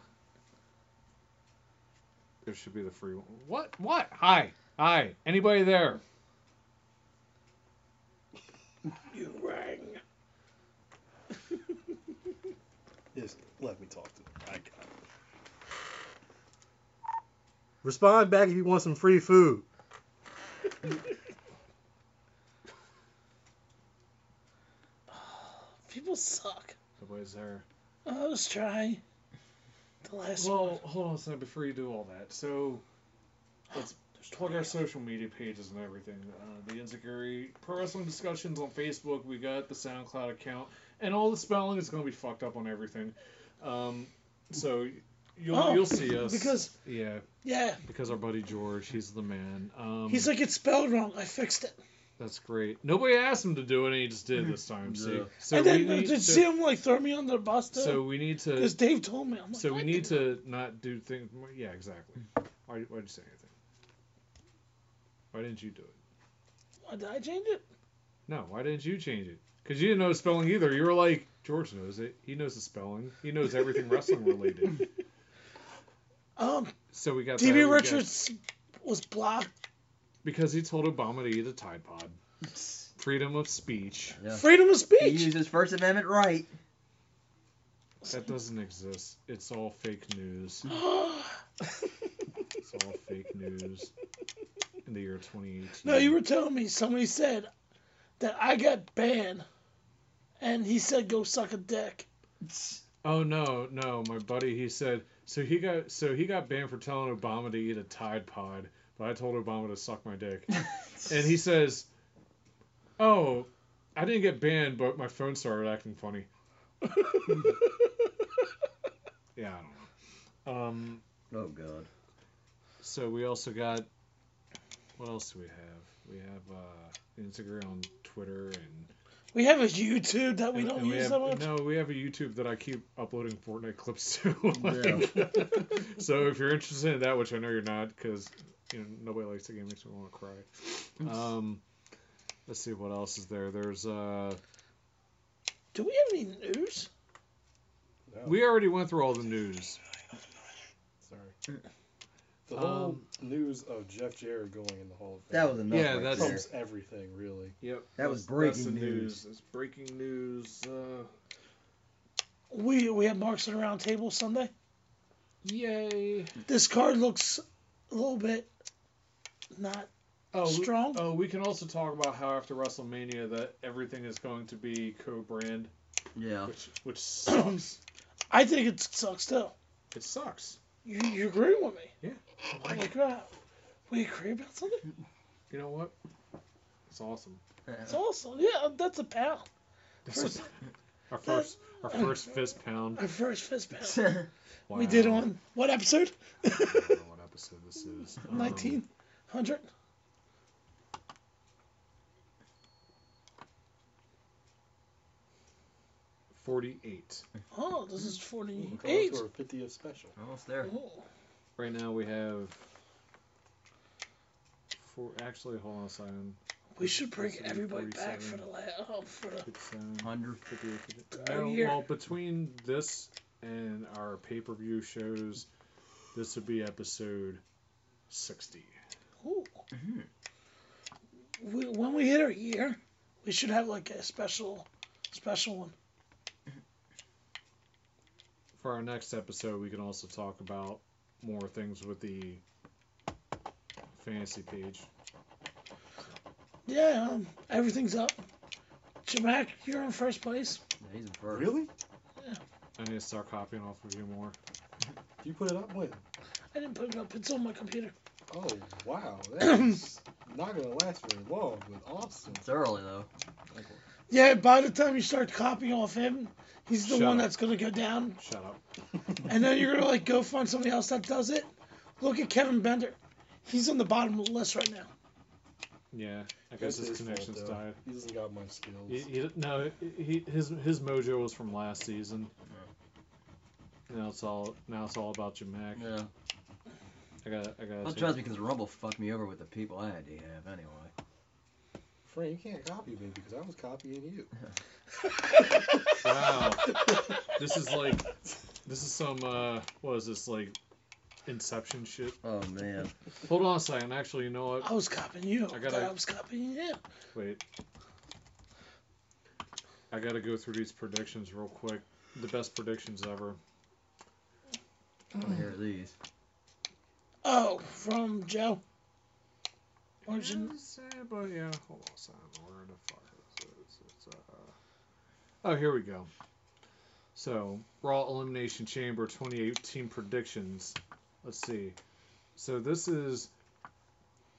Speaker 3: there should be the free one. What? What? Hi. Hi. Anybody there?
Speaker 2: You rang. [laughs]
Speaker 1: Just let me talk to them. I got it. Respond back if you want some free food.
Speaker 2: Oh, People suck.
Speaker 3: Nobody's there.
Speaker 2: I was trying. The last
Speaker 3: Well,
Speaker 2: one.
Speaker 3: hold on a second before you do all that. So, let's
Speaker 2: [sighs] There's
Speaker 3: plug
Speaker 2: nobody
Speaker 3: our
Speaker 2: else.
Speaker 3: social media pages and everything. Uh, the Insecurity Pro Wrestling Discussions on Facebook. We got the SoundCloud account, and all the spelling is going to be fucked up on everything. Um, so you'll
Speaker 2: Oh,
Speaker 3: you'll see us
Speaker 2: because-
Speaker 3: yeah,
Speaker 2: Yeah,
Speaker 3: because our buddy George, he's the man. Um,
Speaker 2: he's like it's spelled wrong. I fixed it.
Speaker 3: that's great. Nobody asked him to do it, and he just did this time. See,
Speaker 1: Yeah.
Speaker 3: so
Speaker 2: and
Speaker 3: we
Speaker 2: then I
Speaker 3: need
Speaker 2: did
Speaker 3: to,
Speaker 2: see him like throw me under the bus too.
Speaker 3: so we need to
Speaker 2: Because Dave told me. I'm like,
Speaker 3: so
Speaker 2: "I
Speaker 3: we
Speaker 2: did
Speaker 3: need
Speaker 2: not."
Speaker 3: to not do things. Yeah, exactly. Why, why'd you say anything? Why didn't you do it?
Speaker 2: Why Oh, did I change
Speaker 3: [laughs]
Speaker 2: it?
Speaker 3: No, why didn't you change it? Because you didn't know spelling either. You were like, George knows it. He knows the spelling. He knows everything
Speaker 2: [laughs]
Speaker 3: wrestling related.
Speaker 2: Um,
Speaker 3: So we got that. We
Speaker 2: DB
Speaker 3: got-
Speaker 2: Richards was blocked.
Speaker 3: because he told Obama to eat a Tide Pod. Freedom of speech.
Speaker 4: Yeah.
Speaker 2: Freedom of
Speaker 4: He
Speaker 2: speech.
Speaker 4: used his First Amendment right.
Speaker 2: [laughs]
Speaker 3: That doesn't exist. It's all fake
Speaker 2: [gasps]
Speaker 3: news. [laughs] It's all fake news. In the year 2018.
Speaker 2: no, you were telling me somebody said that I got banned, and he said go suck a dick.
Speaker 3: Oh no, no, my buddy. He said so. He got so he got banned for telling Obama to eat a Tide Pod, but I told Obama to suck my dick. and he says, "Oh, I didn't get banned, but my phone started acting funny." yeah, I don't know. Um,
Speaker 4: [laughs] Oh God.
Speaker 3: so we also got what else do we have? We have uh, Instagram, Twitter, and
Speaker 2: We have a YouTube that we
Speaker 3: and-
Speaker 2: don't
Speaker 3: and
Speaker 2: use
Speaker 3: have,
Speaker 2: that much.
Speaker 3: No, we have a YouTube that I keep uploading Fortnite clips to. [laughs]
Speaker 4: Yeah.
Speaker 3: Like, so if you're interested in that, which I know you're not, because you know nobody likes the game, makes me want to cry. Um, let's see what else is there. There's uh,
Speaker 2: Do we have any news?
Speaker 3: we already went through all the news.
Speaker 1: Sorry. The whole
Speaker 3: Um,
Speaker 1: news of Jeff Jarrett going in the Hall of Fame.
Speaker 4: That was enough.
Speaker 3: Yeah,
Speaker 4: right
Speaker 3: that's-
Speaker 4: there.
Speaker 1: trumps everything, really.
Speaker 3: Yep.
Speaker 4: That was breaking news.
Speaker 3: It's breaking news. Uh,
Speaker 2: We we had marks at a round table Sunday.
Speaker 3: yay.
Speaker 2: This card looks a little bit not.
Speaker 3: Oh, we-
Speaker 2: Strong.
Speaker 3: Oh, we can also talk about how after WrestleMania that everything is going to be co-brand,
Speaker 4: Yeah.
Speaker 3: which which
Speaker 4: [clears throat]
Speaker 3: sucks.
Speaker 2: I think it sucks too.
Speaker 3: it sucks.
Speaker 2: You, you agree with me?
Speaker 4: Oh
Speaker 3: I like
Speaker 2: Holy
Speaker 3: it.
Speaker 2: crap. We agree about something?
Speaker 3: You know what? It's awesome.
Speaker 2: It's
Speaker 4: [laughs]
Speaker 2: awesome. Yeah, that's a pound.
Speaker 3: This
Speaker 2: First-
Speaker 3: is [laughs] our first [laughs] our first fist pound.
Speaker 2: Our first fist pound.
Speaker 3: [laughs] Wow.
Speaker 2: We did on what episode? [laughs]
Speaker 3: I don't know what episode this [laughs] is. Um,
Speaker 2: 1900?
Speaker 3: Um, Forty-eight.
Speaker 2: Oh, this is
Speaker 1: We're going
Speaker 2: 48.
Speaker 1: to our 50th special.
Speaker 4: Almost there.
Speaker 2: Oh.
Speaker 3: Right now we have four. Actually, hold on a second.
Speaker 2: We should bring
Speaker 3: This is
Speaker 2: everybody back for
Speaker 3: 47.
Speaker 2: the last. Oh, for the,
Speaker 3: It's, um,
Speaker 4: Hundred. [laughs]
Speaker 3: 58, 58.
Speaker 2: Third
Speaker 3: No,
Speaker 2: year.
Speaker 3: well, between this and our pay-per-view shows, this would be episode sixty.
Speaker 2: oh. We, when we hit our year, we should have like a special special one.
Speaker 3: for our next episode, we can also talk about more things with the fantasy page.
Speaker 2: Yeah, um, everything's up. Jamak, you're in first place.
Speaker 4: Yeah, he's in first.
Speaker 1: Really?
Speaker 3: I need to start copying off of you more.
Speaker 1: You put it up when?
Speaker 2: I didn't put it up. It's on my computer.
Speaker 1: Oh, [clears throat] wow. That's not going to last very long, but awesome.
Speaker 4: It's early though.
Speaker 2: Yeah, by the time you start copying off him, he's the
Speaker 3: Shut
Speaker 2: one
Speaker 3: up.
Speaker 2: that's gonna go down,
Speaker 3: Shut up.
Speaker 2: and then you're gonna like go find somebody else that does it. Look at Kevin Bender. He's on the bottom of the list right now.
Speaker 3: Yeah, I guess his
Speaker 1: That's fault,
Speaker 3: connections
Speaker 1: though.
Speaker 3: died.
Speaker 1: He doesn't got my skills.
Speaker 3: He, he, no, he, his his mojo was from last season. Now it's all now it's all about your Mac.
Speaker 4: Yeah.
Speaker 3: I got I got.
Speaker 4: Well,
Speaker 3: to-
Speaker 4: trust me, because Rumble fucked me over with the people I had to have anyway.
Speaker 1: Frank, you can't copy me because I was copying you.
Speaker 2: [laughs]
Speaker 3: Wow. this is like this is some uh what is this like Inception shit.
Speaker 4: Oh man.
Speaker 3: Hold on a second. Actually, you know what?
Speaker 2: I was copying you.
Speaker 3: I
Speaker 2: I,
Speaker 3: gotta-
Speaker 2: was copying him.
Speaker 3: Wait. I gotta go through these predictions real quick. The best predictions ever.
Speaker 4: I want to hear these.
Speaker 2: Oh, from Joe. Origin.
Speaker 3: Yeah, but yeah, hold on a second. Where the fuck is this? It's, uh... Oh, here we go. So, Raw Elimination Chamber 2018 predictions. Let's see. So, this is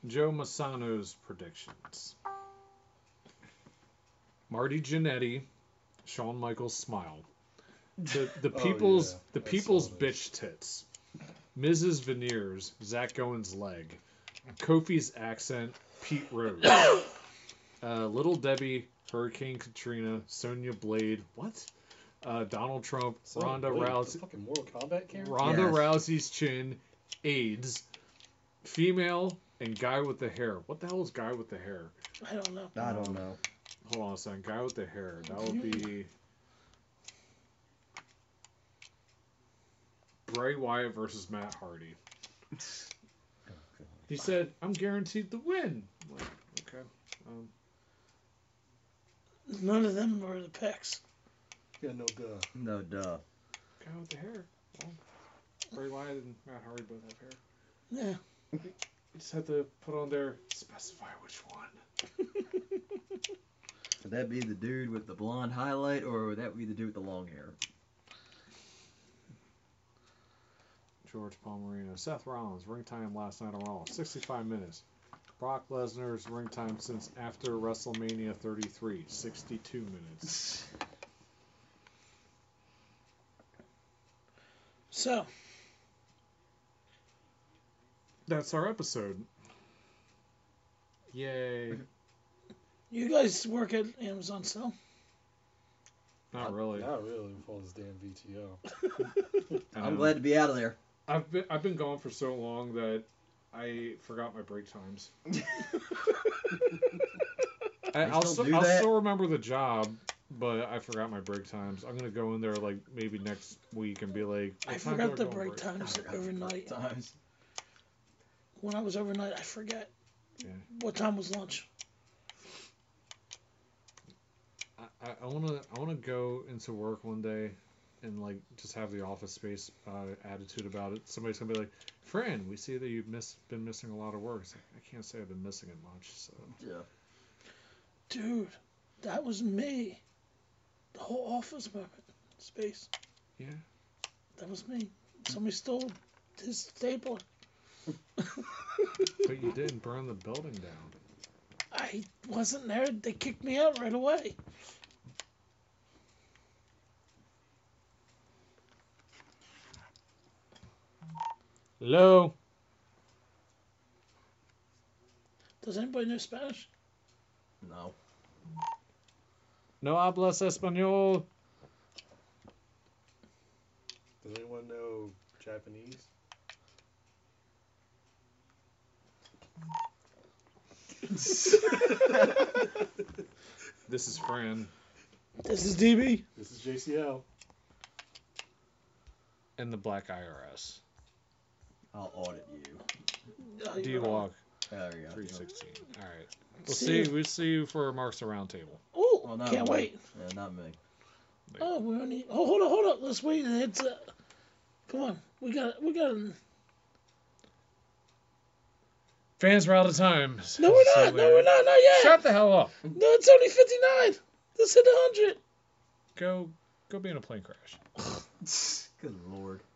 Speaker 3: Joe Masano's predictions Marty Jannetty, Shawn Michaels smile. The, the
Speaker 1: [laughs] Oh,
Speaker 3: people's
Speaker 1: yeah.
Speaker 3: the
Speaker 1: I saw
Speaker 3: people's
Speaker 1: this.
Speaker 3: bitch tits, Mrs. Veneers, Zach Gowen's leg, Kofi's accent, Pete Rose.
Speaker 1: [coughs]
Speaker 3: uh, Little Debbie, Hurricane Katrina, Sonia Blade, what? Uh, Donald Trump,
Speaker 1: So,
Speaker 3: Ronda
Speaker 1: wait, the
Speaker 3: Rousey,
Speaker 1: Fucking Mortal Kombat character?
Speaker 3: Ronda
Speaker 4: Yes.
Speaker 3: Rousey's chin, AIDS, female, and guy with the hair. What the hell is guy with the hair?
Speaker 2: I don't know.
Speaker 4: I don't know.
Speaker 3: Hold on a second. Guy with the hair. That would be Bray Wyatt versus Matt Hardy. He said, "I'm guaranteed the win." I'm like, okay. Um,
Speaker 2: None of them were the picks.
Speaker 1: Yeah, no duh.
Speaker 4: No duh.
Speaker 3: guy with the hair. Well, Bray Wyatt and Matt Hardy both have hair. [laughs]
Speaker 2: Yeah.
Speaker 3: You just have to put on there specify which one.
Speaker 4: Would that be the dude with the blonde highlight, or would that be the dude with the long hair?
Speaker 3: George Palmerino, Seth Rollins, ring time last night on Raw, 65 minutes. Brock Lesnar's ring time since after WrestleMania 33, 62 minutes.
Speaker 2: So
Speaker 3: [laughs] That's our episode. Yay.
Speaker 2: you guys work at Amazon [laughs] still?
Speaker 3: Not really.
Speaker 1: Not really with all this damn VTO.
Speaker 3: I
Speaker 4: I'm
Speaker 3: know.
Speaker 4: glad to be out of there.
Speaker 3: I've been, I've been gone for so long that I forgot my break
Speaker 4: [laughs]
Speaker 3: times. I,
Speaker 4: They
Speaker 3: I'll,
Speaker 4: still
Speaker 3: still,
Speaker 4: do
Speaker 3: I'll
Speaker 4: that?
Speaker 3: still remember the job, but I forgot my break times. I'm gonna go in there like maybe next week and be like,
Speaker 2: I
Speaker 3: "What time do
Speaker 2: forgot the
Speaker 3: go on
Speaker 2: break times [laughs] overnight.
Speaker 4: Times.
Speaker 2: When I was overnight, I forget
Speaker 3: Yeah.
Speaker 2: what time was lunch.
Speaker 3: I, I- I wanna I wanna go into work one day and like just have the office space uh, attitude about it. Somebody's gonna be like, "Friend, we see that you've miss, been missing a lot of work." It's like, I can't say I've been missing it much. So
Speaker 4: Yeah.
Speaker 2: Dude, that was me. The whole office moment space.
Speaker 3: yeah,
Speaker 2: That was me. Somebody stole his stapler.
Speaker 3: but you didn't burn the building down.
Speaker 2: I wasn't there. They kicked me out right away.
Speaker 3: Hello.
Speaker 2: Does anybody know Spanish?
Speaker 4: No.
Speaker 3: No hablas español.
Speaker 1: Does anyone know Japanese?
Speaker 3: [laughs] This is Fran,
Speaker 2: This is DB.
Speaker 1: This is JCL.
Speaker 3: and the Black IRS.
Speaker 4: I'll audit you.
Speaker 2: Oh,
Speaker 3: D
Speaker 2: you're on.
Speaker 3: Walk
Speaker 4: There we go.
Speaker 3: 316. All right. We'll see.
Speaker 2: you.
Speaker 3: We'll see you for Mark's Roundtable.
Speaker 2: Oh,
Speaker 4: Well, not
Speaker 2: can't
Speaker 4: me.
Speaker 2: wait.
Speaker 4: Yeah, not me. [laughs]
Speaker 2: Oh, we only. Oh, hold on, hold on. Let's wait. It's. Uh, come on. We got. We got.
Speaker 3: Fans, we're out of time. So-
Speaker 2: No, we're
Speaker 3: so
Speaker 2: not. No,
Speaker 3: later.
Speaker 2: we're not. Not yet.
Speaker 3: Shut the hell up.
Speaker 2: No, it's only fifty nine. Let's hit hundred.
Speaker 3: Go, go be in a plane crash.
Speaker 4: Good lord.